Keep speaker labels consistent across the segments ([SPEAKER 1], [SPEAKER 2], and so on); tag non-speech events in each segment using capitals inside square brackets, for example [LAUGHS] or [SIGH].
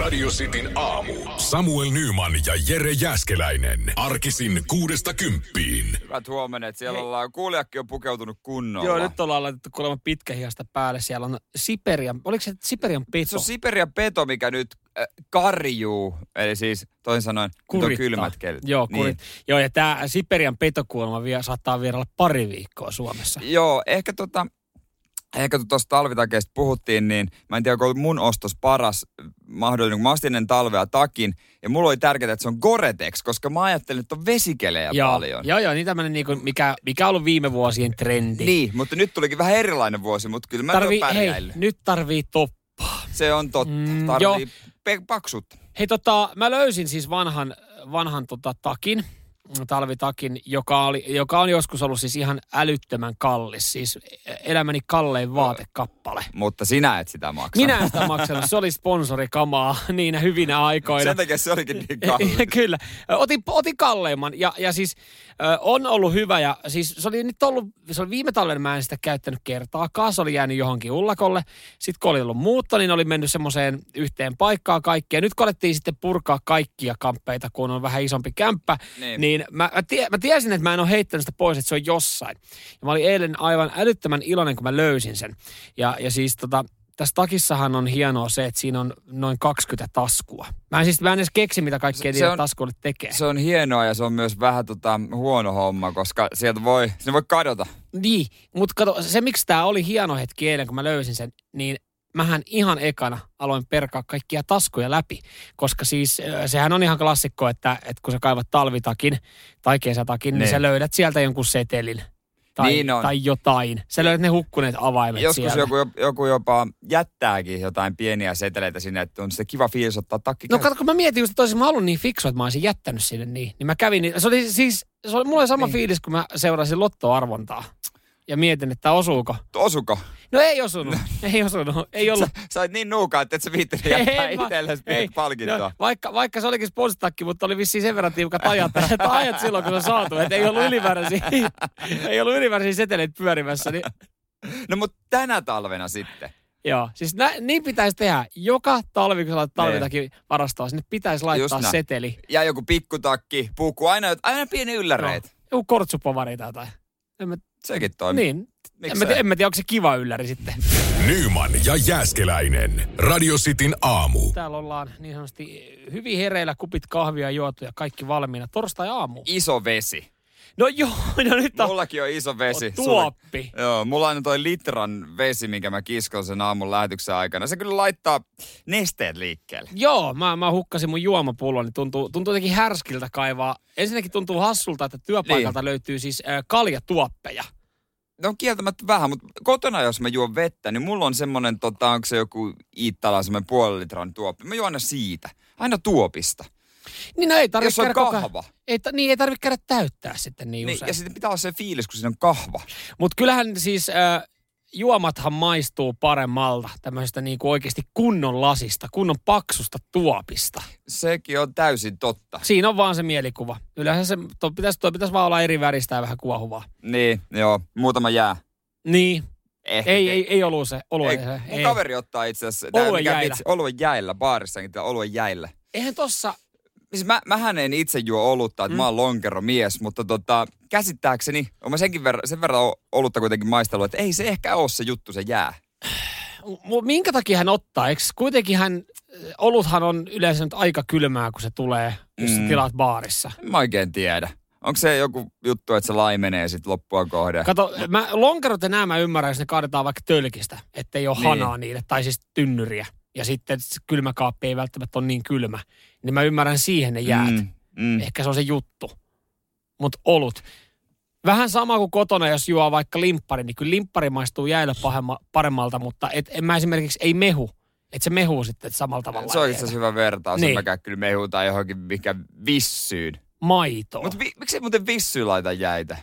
[SPEAKER 1] Radio Cityn aamu. Samuel Nyman ja Jere Jäskeläinen. Arkisin kuudesta kymppiin.
[SPEAKER 2] Hyvät huomenet, siellä ollaan, kuulijakin on pukeutunut kunnolla.
[SPEAKER 3] Joo, nyt ollaan laitettu kuulemma pitkä hiasta päälle. Siellä on Siperian, oliko se Siperian
[SPEAKER 2] Se
[SPEAKER 3] peto?
[SPEAKER 2] on Siperian peto, mikä nyt äh, karjuu, eli siis toisin sanoen, nyt on
[SPEAKER 3] Kurittaa.
[SPEAKER 2] kylmät kelit.
[SPEAKER 3] Joo, niin. Joo, ja tämä Siperian petokuolema vie, saattaa vierailla pari viikkoa Suomessa.
[SPEAKER 2] Joo, ehkä tota, ehkä kun tuosta talvitakeesta puhuttiin, niin mä en tiedä, onko mun ostos paras äh, mahdollinen, kun mä ostin ennen talvea takin, ja mulla oli tärkeää, että se on Goretex, koska mä ajattelin, että on vesikelejä
[SPEAKER 3] joo,
[SPEAKER 2] paljon.
[SPEAKER 3] Joo, joo, niin tämmöinen, niinku, mikä, mikä on ollut viime vuosien trendi.
[SPEAKER 2] Niin, mutta nyt tulikin vähän erilainen vuosi, mutta kyllä mä Tarvi,
[SPEAKER 3] tarvii,
[SPEAKER 2] en
[SPEAKER 3] hei,
[SPEAKER 2] ole
[SPEAKER 3] nyt tarvii top.
[SPEAKER 2] Se on totta.
[SPEAKER 3] Mm, joo.
[SPEAKER 2] Tarvii pe- paksut.
[SPEAKER 3] Hei tota, mä löysin siis vanhan, vanhan tota, takin, talvitakin, joka, oli, joka on joskus ollut siis ihan älyttömän kallis. Siis elämäni kallein vaatekappale.
[SPEAKER 2] Mutta sinä et sitä maksa.
[SPEAKER 3] Minä en sitä maksanut, se oli sponsorikamaa niinä hyvinä aikoina.
[SPEAKER 2] Sen takia se olikin niin
[SPEAKER 3] [LAUGHS]
[SPEAKER 2] kallis.
[SPEAKER 3] Kyllä. Otin, otin kalleimman ja, ja siis ö, on ollut hyvä ja siis se oli nyt ollut, se oli viime talven mä en sitä käyttänyt kertaakaan, se oli jäänyt johonkin ullakolle. Sitten kun oli ollut muutto, niin oli mennyt semmoiseen yhteen paikkaan kaikkea. Nyt kun alettiin sitten purkaa kaikkia kamppeita, kun on vähän isompi kämppä,
[SPEAKER 2] Niin.
[SPEAKER 3] niin, niin mä, mä, tie, mä tiesin, että mä en ole heittänyt sitä pois, että se on jossain. Ja mä olin eilen aivan älyttömän iloinen, kun mä löysin sen. Ja, ja siis tota, tässä takissahan on hienoa se, että siinä on noin 20 taskua. Mä en siis mä en edes keksi, mitä kaikkea
[SPEAKER 2] Se- se
[SPEAKER 3] niille
[SPEAKER 2] on-
[SPEAKER 3] taskuille tekee.
[SPEAKER 2] Se on hienoa ja se on myös vähän tota, huono homma, koska sieltä voi, sinne voi kadota.
[SPEAKER 3] Niin, mutta kato, se miksi tämä oli hieno hetki eilen, kun mä löysin sen, niin mähän ihan ekana aloin perkaa kaikkia taskuja läpi, koska siis ö, sehän on ihan klassikko, että, että kun sä kaivat talvitakin tai kesätakin, niin,
[SPEAKER 2] Niin.
[SPEAKER 3] niin sä löydät sieltä jonkun setelin tai,
[SPEAKER 2] Niin on.
[SPEAKER 3] tai jotain. Sä löydät ne hukkuneet avaimet
[SPEAKER 2] Joskus
[SPEAKER 3] siellä.
[SPEAKER 2] joku, joku, jopa jättääkin jotain pieniä seteleitä sinne, että on se kiva fiilis ottaa takki
[SPEAKER 3] No
[SPEAKER 2] käteen.
[SPEAKER 3] kato, kun mä mietin just, että olisin mä ollut niin fiksu, että mä olisin jättänyt sinne niin. Niin mä kävin, niin- se oli siis, se oli mulle sama
[SPEAKER 2] Niin.
[SPEAKER 3] fiilis, kun mä seurasin lottoarvontaa. Ja mietin, että osuuko.
[SPEAKER 2] Osuko?
[SPEAKER 3] No ei osunut, ei osunut, ei ollut.
[SPEAKER 2] Sä oot niin nuuka, että et sä viittinyt jättää
[SPEAKER 3] En mä-
[SPEAKER 2] itsellesi
[SPEAKER 3] ei.
[SPEAKER 2] pientä palkintoa.
[SPEAKER 3] No, vaikka, vaikka se olikin sponsitakki, mutta oli vissiin sen verran tiukat ajat, [LAUGHS] että ajat silloin, kun se saatu, että ei ollut ylimääräisiä,
[SPEAKER 2] [LAUGHS]
[SPEAKER 3] ei ollut ylimääräisiä seteleitä pyörimässä. Niin,
[SPEAKER 2] No mutta tänä talvena sitten.
[SPEAKER 3] joo, siis nä, niin pitäisi tehdä. Joka talvi, kun sä laitat
[SPEAKER 2] Niin.
[SPEAKER 3] talvitakin varastoon, sinne pitäisi laittaa
[SPEAKER 2] näin.
[SPEAKER 3] seteli.
[SPEAKER 2] Ja joku pikkutakki, puukku, aina, aina pieni ylläreet.
[SPEAKER 3] No, joku kortsupovari tai jotain. En mä,
[SPEAKER 2] Sekin toimii.
[SPEAKER 3] niin. En
[SPEAKER 2] Miksei?
[SPEAKER 3] mä, tiedä, en mä tiedä, onko se kiva ylläri sitten.
[SPEAKER 1] Nyman ja Jäskeläinen. Radio Cityn aamu.
[SPEAKER 3] Täällä ollaan niin sanotusti hyvin hereillä, kupit kahvia juotu ja kaikki valmiina. Torstai aamu.
[SPEAKER 2] Iso vesi.
[SPEAKER 3] No joo, [LAUGHS] no nyt on,
[SPEAKER 2] Mullakin on iso vesi.
[SPEAKER 3] on tuoppi.
[SPEAKER 2] Sulla- Joo, mulla on toi litran vesi, minkä mä kiskon sen aamun lähetyksen aikana. Se kyllä laittaa nesteet liikkeelle.
[SPEAKER 3] Joo, mä, mä hukkasin mun juomapullon, niin tuntuu, tuntuu jotenkin härskiltä kaivaa. Ensinnäkin tuntuu hassulta, että
[SPEAKER 2] Niin.
[SPEAKER 3] työpaikalta löytyy siis äh, kaljatuoppeja.
[SPEAKER 2] No kieltämättä vähän, mutta kotona jos mä juon vettä, niin mulla on semmonen, tota, onko se joku Iittala, semmonen puolen litran tuoppi. Mä juon ne siitä. Aina tuopista.
[SPEAKER 3] Niin no ei tarvitse
[SPEAKER 2] Jos on
[SPEAKER 3] käydä koko ajan-
[SPEAKER 2] kahva.
[SPEAKER 3] Ei, ta- niin ei tarvitse käydä täyttää sitten niin,
[SPEAKER 2] Niin,
[SPEAKER 3] usein.
[SPEAKER 2] ja sitten pitää olla se fiilis, kun siinä on kahva.
[SPEAKER 3] Mutta kyllähän siis äh, juomathan maistuu paremmalta tämmöisestä niinku oikeasti kunnon lasista, kunnon paksusta tuopista.
[SPEAKER 2] Sekin on täysin totta.
[SPEAKER 3] Siinä on vaan se mielikuva. Yleensä se, toi pitäisi, toi pitäisi vaan olla eri väristä ja vähän kuohuvaa.
[SPEAKER 2] Niin, joo. Muutama jää.
[SPEAKER 3] Niin,
[SPEAKER 2] Ehkä.
[SPEAKER 3] ei, ei, ei ollut se. Ollut
[SPEAKER 2] Ei,
[SPEAKER 3] ei,
[SPEAKER 2] mun
[SPEAKER 3] ei.
[SPEAKER 2] kaveri ottaa itse asiassa...
[SPEAKER 3] Oluen
[SPEAKER 2] mikä
[SPEAKER 3] jäillä.
[SPEAKER 2] vitsi, Oluen jäillä, baarissakin tää oluen jäillä.
[SPEAKER 3] Eihän tossa,
[SPEAKER 2] Siis mä, mähän en itse juo olutta, että
[SPEAKER 3] Mm.
[SPEAKER 2] mä oon lonkero mies, mutta tota, käsittääkseni, on mä senkin verran, sen verran o- olutta kuitenkin maistellut, että ei se ehkä ole se juttu, se jää.
[SPEAKER 3] mu- minkä takia hän ottaa? Eikö kuitenkin hän, eh, oluthan on yleensä nyt aika kylmää, kun se tulee, jos
[SPEAKER 2] Mm.
[SPEAKER 3] sä tilaat baarissa.
[SPEAKER 2] En mä oikein tiedä. Onko se joku juttu, että se laimenee sit loppua kohden?
[SPEAKER 3] Kato, mä, lonkerot ja nämä mä ymmärrän, jos ne kaadetaan vaikka tölkistä, ettei ole
[SPEAKER 2] Niin.
[SPEAKER 3] niin. hanaa niille, tai siis tynnyriä. Ja sitten se kylmäkaappi ei välttämättä ole niin kylmä. Niin mä ymmärrän siihen ne jäät. Mm.
[SPEAKER 2] Mm, mm.
[SPEAKER 3] Ehkä se on se juttu. Mutta olut. Vähän sama kuin kotona, jos juo vaikka limppari, niin kyllä limppari maistuu jäillä pahemma, paremmalta, mutta et, en mä esimerkiksi, ei mehu. Että se mehu sitten samalla tavalla.
[SPEAKER 2] Se on
[SPEAKER 3] ei
[SPEAKER 2] itse asiassa hyvä vertaus, niin.
[SPEAKER 3] Niin.
[SPEAKER 2] mä käyn kyllä mehutaan johonkin mikä vissyyn.
[SPEAKER 3] maitoa.
[SPEAKER 2] Mutta vi, miksi muuten vissyyn laita jäitä?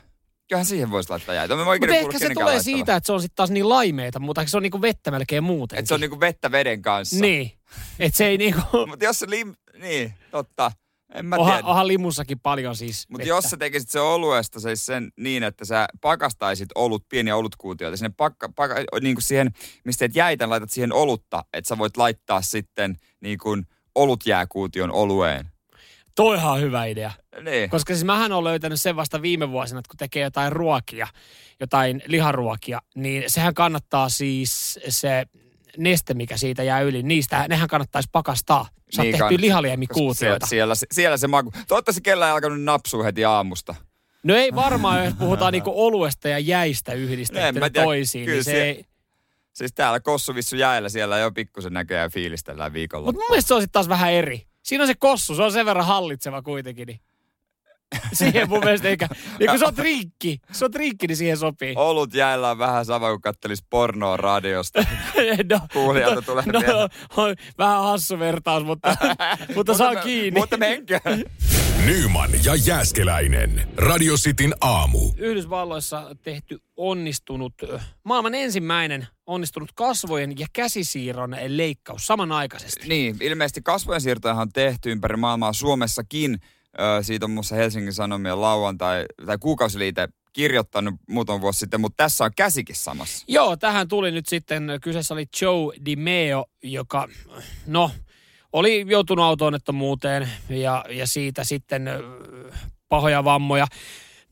[SPEAKER 2] Kyllähän siihen voisi laittaa jäitä. Mä en
[SPEAKER 3] Mutta
[SPEAKER 2] oikein kuullut
[SPEAKER 3] ehkä se
[SPEAKER 2] kenenkään
[SPEAKER 3] tulee
[SPEAKER 2] laittavan.
[SPEAKER 3] siitä, että se on sitten taas niin laimeita, mutta se on niinku vettä melkein muuten.
[SPEAKER 2] Että se on niinku vettä veden kanssa.
[SPEAKER 3] Niin. Että se
[SPEAKER 2] [LAUGHS]
[SPEAKER 3] ei niinku...
[SPEAKER 2] Mutta jos se lim... Niin, totta. En mä
[SPEAKER 3] Oha,
[SPEAKER 2] tiedä.
[SPEAKER 3] oha limussakin paljon siis
[SPEAKER 2] Mutta
[SPEAKER 3] vettä.
[SPEAKER 2] jos sä tekisit se oluesta siis sen niin, että sä pakastaisit olut, pieniä olutkuutioita sinne pakka, niinku pakka, niin kuin siihen, mistä et jäitä, laitat siihen olutta, että sä voit laittaa sitten niin kuin olutjääkuution olueen.
[SPEAKER 3] Toihan on hyvä idea.
[SPEAKER 2] Niin.
[SPEAKER 3] Koska siis mähän olen löytänyt sen vasta viime vuosina, että kun tekee jotain ruokia, jotain liharuokia, niin sehän kannattaa siis se neste, mikä siitä jää yli, niistä, nehän kannattaisi pakastaa. Sä niin
[SPEAKER 2] Niin
[SPEAKER 3] tehty
[SPEAKER 2] kannattaa, Koska
[SPEAKER 3] lihaliemikuutioita.
[SPEAKER 2] siellä, siellä, se- siellä, se maku. Toivottavasti kellään ei alkanut napsua heti aamusta.
[SPEAKER 3] No ei varmaan, jos puhutaan niinku oluesta ja jäistä yhdistetty
[SPEAKER 2] No En mä tiedä,
[SPEAKER 3] toisiin,
[SPEAKER 2] kyllä
[SPEAKER 3] niin se,
[SPEAKER 2] se-
[SPEAKER 3] ei...
[SPEAKER 2] Siis täällä kossuvissu jäillä siellä jo pikkusen näköjään fiilistellään viikolla.
[SPEAKER 3] Mutta mun mielestä se on sitten taas vähän eri. Siinä on se kossu, se on sen verran hallitseva kuitenkin. Niin. [LAUGHS] Siihen mun mielestä
[SPEAKER 2] [LAUGHS]
[SPEAKER 3] eikä. Niin kun se on trinkki, se on trinkki, niin siihen sopii.
[SPEAKER 2] Olut jäillä on vähän sama kuin kattelis pornoa
[SPEAKER 3] [LAUGHS]
[SPEAKER 2] radiosta.
[SPEAKER 3] [LAUGHS] no,
[SPEAKER 2] Kuulijalta
[SPEAKER 3] no,
[SPEAKER 2] tulee
[SPEAKER 3] no,
[SPEAKER 2] vielä.
[SPEAKER 3] [LAUGHS] on vähän hassu vertaus,
[SPEAKER 2] [LAUGHS]
[SPEAKER 3] mutta, mutta saa
[SPEAKER 2] me-
[SPEAKER 3] kiinni.
[SPEAKER 2] Mutta menkö?
[SPEAKER 1] Nyman ja Jääskeläinen. Radio Cityn aamu.
[SPEAKER 3] Yhdysvalloissa tehty onnistunut, ö, maailman ensimmäinen onnistunut kasvojen ja käsisiirron leikkaus samanaikaisesti.
[SPEAKER 2] Niin, ilmeisesti kasvojen siirtojahan on tehty ympäri maailmaa Suomessakin. Ö, siitä on muun muassa Helsingin Sanomien lauantai tai kuukausiliite kirjoittanut muutama vuosi sitten, mutta tässä on käsikin samassa.
[SPEAKER 3] Joo, tähän tuli nyt sitten, kyseessä oli Joe DiMeo, joka, no, oli joutunut auto-onnettomuuteen ja, ja siitä sitten ö, pahoja vammoja.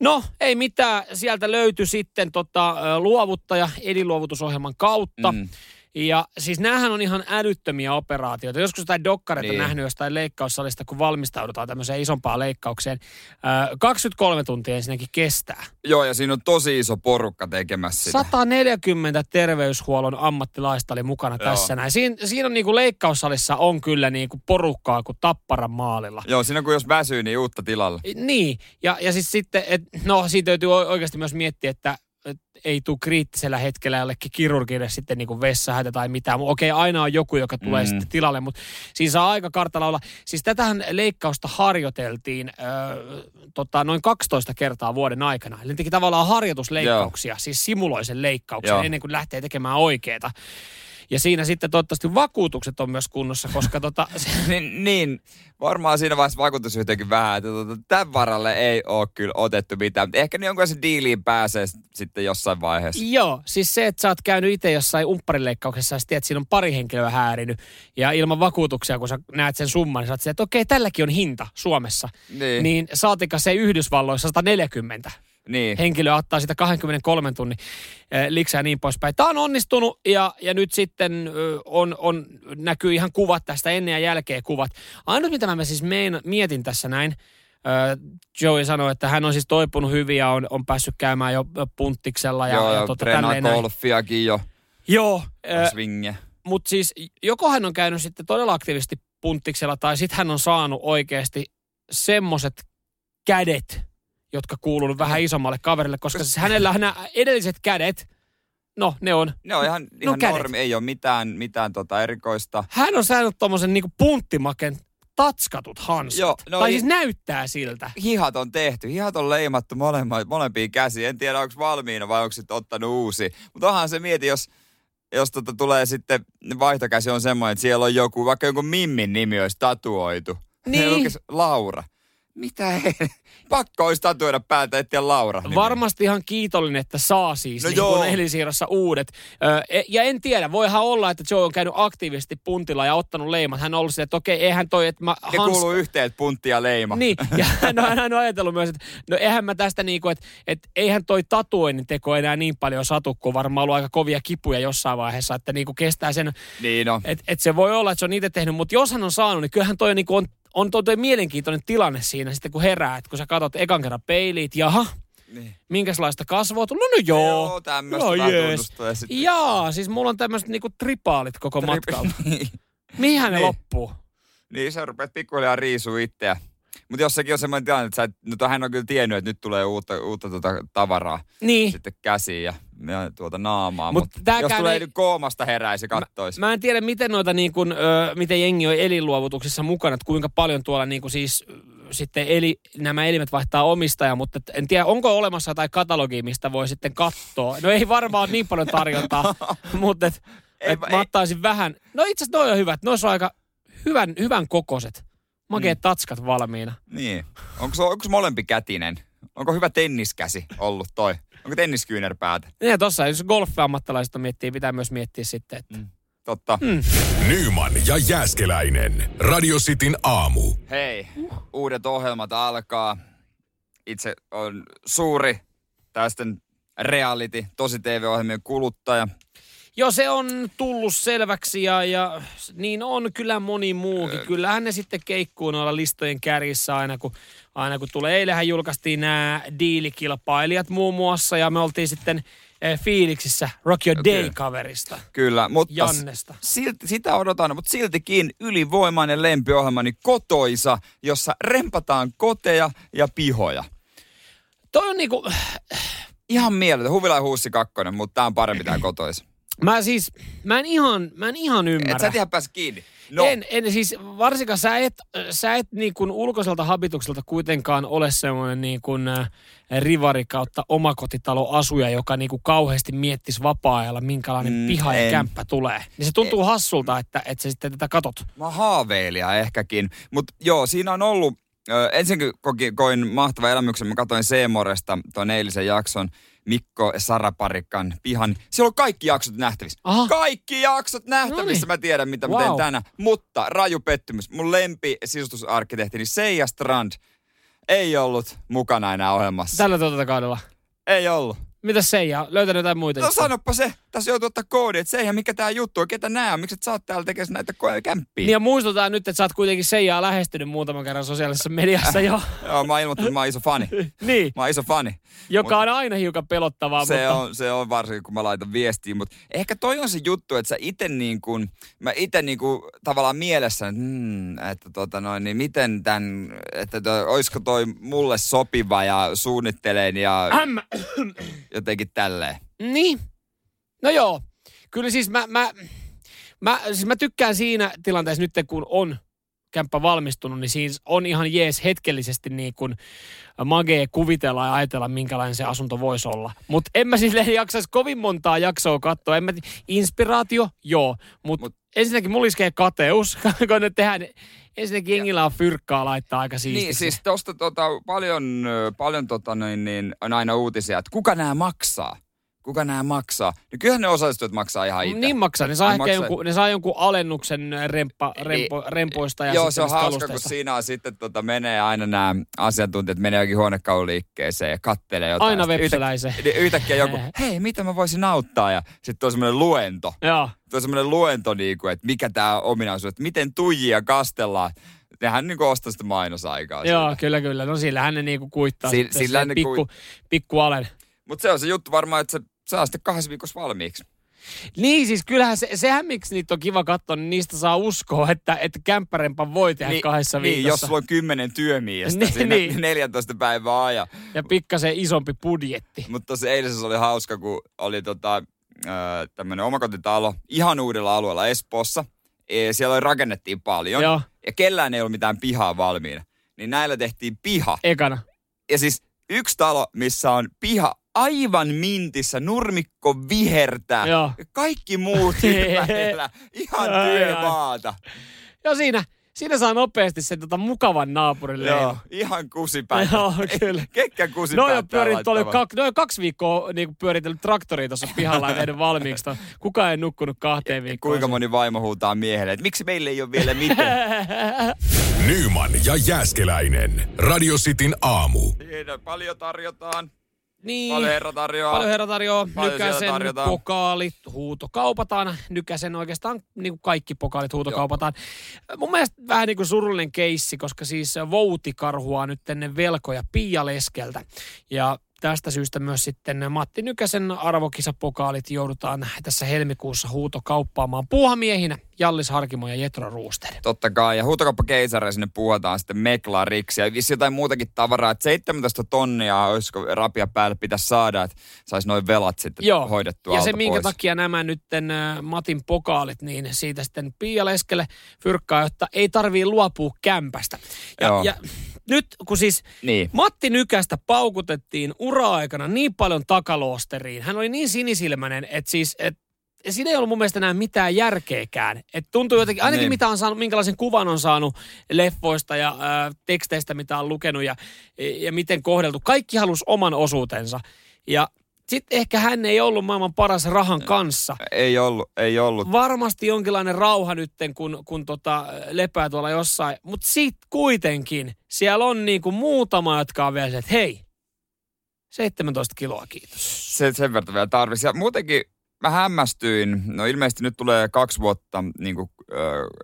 [SPEAKER 3] No, ei mitään. Sieltä löytyi sitten tota, ö, luovuttaja elinluovutusohjelman kautta. Mm. Ja siis näähän on ihan älyttömiä operaatioita. Joskus jotain dokkareita niin.
[SPEAKER 2] Niin.
[SPEAKER 3] nähnyt jostain leikkaussalista, kun valmistaudutaan tämmöiseen isompaan leikkaukseen. Ö, 23 tuntia ensinnäkin kestää.
[SPEAKER 2] Joo, ja siinä on tosi iso porukka tekemässä sitä.
[SPEAKER 3] 140 terveyshuollon ammattilaista oli mukana Joo.
[SPEAKER 2] Joo.
[SPEAKER 3] tässä näin. Siin, siinä on niinku leikkaussalissa on kyllä niinku porukkaa kuin Tapparan maalilla.
[SPEAKER 2] Joo, siinä kun jos väsyy, niin uutta
[SPEAKER 3] [LAUGHS]
[SPEAKER 2] tilalle.
[SPEAKER 3] Niin, ja, ja siis sitten, et, no siitä täytyy o- oikeasti myös miettiä, että et ei tule kriittisellä hetkellä jollekin kirurgille sitten niin vessahätä tai mitään. Mut Okei, aina on joku, joka tulee mm.
[SPEAKER 2] Mm.
[SPEAKER 3] sitten tilalle, mutta siinä saa aika kartalla olla. Siis tätähän leikkausta harjoiteltiin ö, tota, noin 12 kertaa vuoden aikana. Eli ne teki tavallaan harjoitusleikkauksia, Joo. siis simuloisen leikkauksen
[SPEAKER 2] Joo.
[SPEAKER 3] ennen kuin lähtee tekemään oikeeta. Ja siinä sitten toivottavasti vakuutukset on myös kunnossa, koska tota, se,
[SPEAKER 2] niin, niin, varmaan siinä vaiheessa vakuutusyhtiökin vähän, että tuota, tämän varalle ei ole kyllä otettu mitään. Mutta ehkä niin se diiliin pääsee s- sitten jossain vaiheessa.
[SPEAKER 3] Joo, siis se, että sä oot käynyt itse jossain umpparileikkauksessa ja sä tiedät, että siinä on pari henkilöä häärinyt. Ja ilman vakuutuksia, kun sä näet sen summan, niin sä oot silleen, että okei, tälläkin on hinta Suomessa.
[SPEAKER 2] Niin.
[SPEAKER 3] Niin saatika se Yhdysvalloissa 140
[SPEAKER 2] Niin.
[SPEAKER 3] henkilöä ottaa sitä 23 tunnin eh, liksaa ja niin poispäin. Tämä on onnistunut ja, ja nyt sitten ö, on, on, näkyy ihan kuvat tästä ennen ja jälkeen kuvat. Ainut mitä mä siis mein, mietin tässä näin, ö, Joey sanoi, että hän on siis toipunut hyvin ja on, on päässyt käymään jo ö, punttiksella ja,
[SPEAKER 2] Joo,
[SPEAKER 3] ja
[SPEAKER 2] ja
[SPEAKER 3] tota,
[SPEAKER 2] treenaa
[SPEAKER 3] tälleen näin.
[SPEAKER 2] golfiakin jo,
[SPEAKER 3] Joo, ö,
[SPEAKER 2] swingiä.
[SPEAKER 3] mutta siis joko hän on käynyt sitten todella aktiivisesti punttiksella tai sitten hän on saanut oikeasti semmoset kädet, jotka kuuluu vähän
[SPEAKER 2] Niin.
[SPEAKER 3] isommalle kaverille, koska siis hänellä nämä edelliset kädet, no ne on.
[SPEAKER 2] Ne on ihan, ihan
[SPEAKER 3] kädet.
[SPEAKER 2] normi, ei ole mitään, mitään tota erikoista.
[SPEAKER 3] Hän on saanut tommosen niinku punttimaken tatskatut hanskat. Joo,
[SPEAKER 2] Joo,
[SPEAKER 3] no
[SPEAKER 2] no
[SPEAKER 3] tai
[SPEAKER 2] i-
[SPEAKER 3] siis näyttää siltä.
[SPEAKER 2] Hihat on tehty, hihat on leimattu molemmat, molempiin käsiin. En tiedä, onko valmiina vai onko sitten ottanut uusi. Mutta onhan se mieti, jos, jos tota tulee sitten vaihtokäsi on semmoinen, että siellä on joku, vaikka jonkun Mimmin nimi olisi tatuoitu.
[SPEAKER 3] Niin.
[SPEAKER 2] Ne lukisi Laura. Mitä ei? Pakko olisi tatuoida päältä, ettei ole Laura. nimi.
[SPEAKER 3] Varmasti ihan kiitollinen, että saa siis no
[SPEAKER 2] Niin. No
[SPEAKER 3] niin kun
[SPEAKER 2] joo.
[SPEAKER 3] elinsiirrossa uudet. Ö, e- ja en tiedä, voihan olla, että Joe on käynyt aktiivisesti puntilla ja ottanut leimat. Hän on ollut silleen, että okei, eihän toi, että mä
[SPEAKER 2] Ne kuuluu yhteen, että puntti ja leima.
[SPEAKER 3] Niin, ja [LAUGHS] hän on aina ajatellut myös, että no eihän mä tästä niinku, että et eihän toi tatuoinnin teko enää niin paljon satu, kun on varmaan ollut aika kovia kipuja jossain vaiheessa, että niinku kestää sen,
[SPEAKER 2] niin on.
[SPEAKER 3] että et se voi olla, että se on itse tehnyt, mutta jos hän on saanut, niin kyllähän toi niinku on, on toi, toi mielenkiintoinen tilanne siinä sitten, kun herää, että kun sä katsot ekan kerran peiliit, jaha,
[SPEAKER 2] Niin.
[SPEAKER 3] minkälaista kasvua on tullut, no joo. No
[SPEAKER 2] Joo, tämmöstä vähän tunnustaa ja sit-
[SPEAKER 3] Jaa, siis mulla on tämmöiset niinku tripaalit koko Trip- matkalla.
[SPEAKER 2] [LAUGHS] Niin.
[SPEAKER 3] Mihän ne
[SPEAKER 2] Niin.
[SPEAKER 3] loppuu?
[SPEAKER 2] Niin, sä rupeat pikkuhiljaa riisuu itseä. Mutta jossakin on semmoinen tilanne, että sä et, no, hän on kyllä tiennyt, että nyt tulee uutta, uutta tuota tavaraa
[SPEAKER 3] Niin.
[SPEAKER 2] sitten käsiin ja, ja tuota naamaa.
[SPEAKER 3] Mut
[SPEAKER 2] Mutta mut
[SPEAKER 3] tääkään
[SPEAKER 2] jos tulee
[SPEAKER 3] ei-
[SPEAKER 2] ei... nyt koomasta heräisi kattois. Mä,
[SPEAKER 3] Mä en tiedä, miten noita niin kuin, ö, miten jengi on elinluovutuksessa mukana, että kuinka paljon tuolla niin kuin siis ö, sitten eli, nämä elimet vaihtaa omistajaa, mutta et en tiedä, onko olemassa jotain katalogia, mistä voi sitten katsoa. No ei varmaan ole niin paljon [LAUGHS] tarjontaa, mutta et,
[SPEAKER 2] Ei
[SPEAKER 3] et
[SPEAKER 2] va-
[SPEAKER 3] mä
[SPEAKER 2] ei-
[SPEAKER 3] ottaisin vähän. No itse asiassa noi on hyvät, noissa on aika hyvän, hyvän kokoset. Makeet mm. tatskat valmiina.
[SPEAKER 2] mä... Niin. Onko se onks molempi kätinen? Onko hyvä tenniskäsi ollut toi? Onko tenniskyynärpäätä?
[SPEAKER 3] Ja tossa, jos golf-ammattalaiset on miettii, pitää myös miettiä sitten, että mm.
[SPEAKER 2] Totta. Mm.
[SPEAKER 1] Nyman ja Jääskeläinen. Radio Cityn aamu.
[SPEAKER 2] Hei, uudet ohjelmat alkaa. Itse on suuri tästen reality, tosi TV-ohjelmien kuluttaja.
[SPEAKER 3] Joo, se on tullut selväksi ja, ja niin on kyllä moni muukin.
[SPEAKER 2] Öö.
[SPEAKER 3] Kyllähän ne sitten keikkuu noilla listojen kärjissä aina kun, aina kun tulee. Eilähän julkaistiin nämä diilikilpailijat muun muassa ja me oltiin sitten eh, fiiliksissä Rock Your
[SPEAKER 2] Okei.
[SPEAKER 3] Day-kaverista.
[SPEAKER 2] Kyllä, mutta
[SPEAKER 3] Jannesta.
[SPEAKER 2] s- silti, sitä odotan, mutta siltikin ylivoimainen lempiohjelmani Kotoisa, jossa rempataan koteja ja pihoja.
[SPEAKER 3] Toi on niinku,
[SPEAKER 2] Ihan mieletön. Huvila ja huussi kakkonen, mutta tää on parempi tää Kotoisa.
[SPEAKER 3] mä siis, mä en ihan, mä en ihan ymmärrä.
[SPEAKER 2] Et sä et ihan pääse kiinni. No,
[SPEAKER 3] En, en, siis varsinkaan sä et, sä et niin kuin ulkoiselta habitukselta kuitenkaan ole semmoinen niin kuin äh, rivari kautta omakotitaloasuja, joka niin kuin kauheasti miettisi vapaa-ajalla, minkälainen
[SPEAKER 2] Mm,
[SPEAKER 3] mm, piha ja
[SPEAKER 2] en.
[SPEAKER 3] kämppä tulee. Niin se tuntuu en. hassulta, että, että sä sitten tätä katot.
[SPEAKER 2] Mä haaveilija ehkäkin. Mutta joo, siinä on ollut, ö, ensinnäkin koki, koin mahtava elämyksen, mä katsoin Seemoresta tuon eilisen jakson Mikko ja Sara Parikkan pihan. Siellä on kaikki jaksot nähtävissä.
[SPEAKER 3] Aha.
[SPEAKER 2] Kaikki jaksot nähtävissä.
[SPEAKER 3] Noniin.
[SPEAKER 2] Mä tiedän, mitä wow. mä
[SPEAKER 3] Wow.
[SPEAKER 2] teen tänään. Mutta raju pettymys. Mun lempi sisustusarkkitehti, niin Seija Strand, ei ollut mukana enää ohjelmassa.
[SPEAKER 3] Tällä tuotantokaudella.
[SPEAKER 2] Ei ollut.
[SPEAKER 3] Mitäs Seija, löytänyt jotain muita?
[SPEAKER 2] No
[SPEAKER 3] juttuja?
[SPEAKER 2] sanoppa se, tässä joutuu ottaa koodi, että Seija, mikä tää juttu on, ketä nää on, miksi et sä oot täällä tekemässä näitä ko- kämppiä?
[SPEAKER 3] Niin ja muistutaan nyt, että sä oot kuitenkin Seijaa lähestynyt muutaman kerran sosiaalisessa
[SPEAKER 2] [LAUGHS]
[SPEAKER 3] mediassa jo.
[SPEAKER 2] Joo, mä oon ilmoittanut, että mä oon iso
[SPEAKER 3] [LAUGHS]
[SPEAKER 2] fani.
[SPEAKER 3] niin,
[SPEAKER 2] Mä oon iso fani.
[SPEAKER 3] joka on aina hiukan pelottavaa,
[SPEAKER 2] Se
[SPEAKER 3] Ah, mutta...
[SPEAKER 2] on, se on varsinkin, kun mä laitan viestiä, mutta ehkä toi on se juttu, että sä itse niin kuin, mä itse niin kuin tavallaan mielessä, että, mm, että tota noin, niin miten tän, että to, oisko toi mulle sopiva ja suunnittelen ja
[SPEAKER 3] Äm,
[SPEAKER 2] jotenkin tälleen.
[SPEAKER 3] Niin. No joo. Kyllä siis mä, mä, mä, siis mä tykkään siinä tilanteessa nyt, kun on kämppä valmistunut, niin siis on ihan jees hetkellisesti niin kuin magee kuvitella ja ajatella, minkälainen se asunto voisi olla. Mutta en mä silleen jaksaisi kovin montaa jaksoa katsoa. En mä, ti- inspiraatio, joo. Mutta
[SPEAKER 2] Mut-
[SPEAKER 3] Mut. ensinnäkin mulla iskee kateus, [LAUGHS] kun ne tehdään. Ensinnäkin jengillä on fyrkkaa laittaa aika siististi.
[SPEAKER 2] Niin, siis tosta tota, paljon, ö, paljon tota, noin, niin, on aina uutisia, että kuka nämä maksaa? Kuka nämä maksaa? Niin kyllähän ne osallistujat maksaa ihan itse.
[SPEAKER 3] Niin maksaa. Ne saa,
[SPEAKER 2] Ai
[SPEAKER 3] ehkä
[SPEAKER 2] maksaa.
[SPEAKER 3] jonkun, ne saa jonkun alennuksen rempa, rempo, rempoista ja
[SPEAKER 2] Joo,
[SPEAKER 3] sitten
[SPEAKER 2] se on
[SPEAKER 3] niistä
[SPEAKER 2] hauska, kun
[SPEAKER 3] kalusteista.
[SPEAKER 2] siinä on sitten tota, menee aina nämä asiantuntijat, menee jokin huonekaululiikkeeseen ja kattelee jotain.
[SPEAKER 3] Aina
[SPEAKER 2] Sitten
[SPEAKER 3] vepsäläisen.
[SPEAKER 2] yhtä- niin yhtäkkiä joku, hei, mitä mä voisin auttaa? Ja sitten on semmoinen luento.
[SPEAKER 3] Joo.
[SPEAKER 2] Tuo on semmoinen luento, niin kuin, että mikä tämä ominaisuus, että miten tuijia kastellaan. Nehän niin ostaa sitä mainosaikaa.
[SPEAKER 3] Joo, kyllä, kyllä. No sillä hän ne niinku kuittaa.
[SPEAKER 2] Si-
[SPEAKER 3] Sillä,
[SPEAKER 2] sillä
[SPEAKER 3] sillä
[SPEAKER 2] ne
[SPEAKER 3] ne pikku, pikku alen.
[SPEAKER 2] Mutta se on se juttu varmaan, että se saa sitten kahdessa viikossa valmiiksi.
[SPEAKER 3] Niin siis kyllähän se, sehän miksi niitä on kiva katsoa, niin niistä saa uskoa, että, että kämppärempa voi tehdä niin, kahdessa
[SPEAKER 2] niin, jos
[SPEAKER 3] viikossa.
[SPEAKER 2] sulla on kymmenen työmiestä niin,
[SPEAKER 3] [LAUGHS] Niin,
[SPEAKER 2] siinä niin.
[SPEAKER 3] niin.
[SPEAKER 2] 14 päivää ajan.
[SPEAKER 3] Ja pikkasen isompi budjetti.
[SPEAKER 2] Mutta tosi eilisessä oli hauska, kun oli tota, tämmöinen omakotitalo ihan uudella alueella Espoossa. E, Siellä oli rakennettiin paljon
[SPEAKER 3] Joo.
[SPEAKER 2] ja kellään ei ollut mitään pihaa valmiina. Niin näillä tehtiin piha.
[SPEAKER 3] Ekana.
[SPEAKER 2] Ja siis yksi talo, missä on piha aivan mintissä, nurmikko vihertää.
[SPEAKER 3] Joo.
[SPEAKER 2] Kaikki
[SPEAKER 3] [LAUGHS]
[SPEAKER 2] muut välillä ihan
[SPEAKER 3] Ai, ai.
[SPEAKER 2] työmaata.
[SPEAKER 3] Joo, siinä, siinä saa nopeasti sen tota mukavan naapurin
[SPEAKER 2] Joo,
[SPEAKER 3] leivän.
[SPEAKER 2] ihan kusipäin.
[SPEAKER 3] Joo, kyllä.
[SPEAKER 2] Kekkä kusipäin.
[SPEAKER 3] No jo pyörin, oli kaksi, no jo kaksi viikkoa niin pyöritellyt traktoria tuossa pihalla ja tehnyt valmiiksi. ton. Kukaan ei nukkunut kahteen viikkoon.
[SPEAKER 2] Kuinka moni vaimo huutaa miehelle, että miksi meille ei ole vielä mitään?
[SPEAKER 1] Nyman ja Jääskeläinen. Radio Cityn aamu.
[SPEAKER 2] Siinä Niin paljon tarjotaan,
[SPEAKER 3] [LAUGHS] Niin.
[SPEAKER 2] paljon herra tarjoaa.
[SPEAKER 3] Paljon herra tarjoaa.
[SPEAKER 2] Paljon siellä
[SPEAKER 3] Nykäsen
[SPEAKER 2] tarjotaan.
[SPEAKER 3] pokaalit huutokaupataan. Nykäsen oikeastaan niin kuin kaikki pokaalit huutokaupataan. Joo. Mun mielestä vähän niin kuin surullinen keissi, koska siis Voutikarhua nyt ennen velkoja Pia Leskeltä. Ja tästä syystä myös sitten Matti Nykäsen arvokisapokaalit joudutaan tässä helmikuussa huutokauppaamaan puuhamiehinä Jallis Harkimo ja Jetro Ruuster.
[SPEAKER 2] Totta kai, ja huutokauppakeisareja sinne puhutaan sitten meklariksi ja vissi jotain muutakin tavaraa, että 17 tonnia olisiko rapia päälle pitäisi saada, että saisi noin velat sitten Joo. hoidettua
[SPEAKER 3] Ja se,
[SPEAKER 2] alta
[SPEAKER 3] minkä
[SPEAKER 2] pois.
[SPEAKER 3] takia nämä nytten ä, Matin pokaalit, niin siitä sitten Pia Leskelle fyrkkaa, jotta ei tarvii luopua kämpästä. Ja,
[SPEAKER 2] Joo.
[SPEAKER 3] ja nyt kun siis
[SPEAKER 2] Niin.
[SPEAKER 3] Matti Nykästä paukutettiin ura-aikana niin paljon takaloosteriin, hän oli niin sinisilmäinen, että siis... Et, Siinä ei ollut mun mielestä enää mitään järkeäkään. Et tuntuu jotenkin, ainakin
[SPEAKER 2] Niin.
[SPEAKER 3] mitä on saanut, minkälaisen kuvan on saanut leffoista ja ää, teksteistä, mitä on lukenut ja, ja miten kohdeltu. Kaikki halusi oman osuutensa. Ja sitten ehkä hän ei ollut maailman paras rahan kanssa.
[SPEAKER 2] Ei ollut, ei ollut.
[SPEAKER 3] Varmasti jonkinlainen rauha nytten, kun, kun tota, lepää tuolla jossain. Mutta sit kuitenkin siellä on niinku muutama, jotka on vielä se, että hei, 17 kiloa kiitos.
[SPEAKER 2] Se, sen verran vielä tarvisi. Ja muutenkin mä hämmästyin, no ilmeisesti nyt tulee kaksi vuotta niin kuin, äh,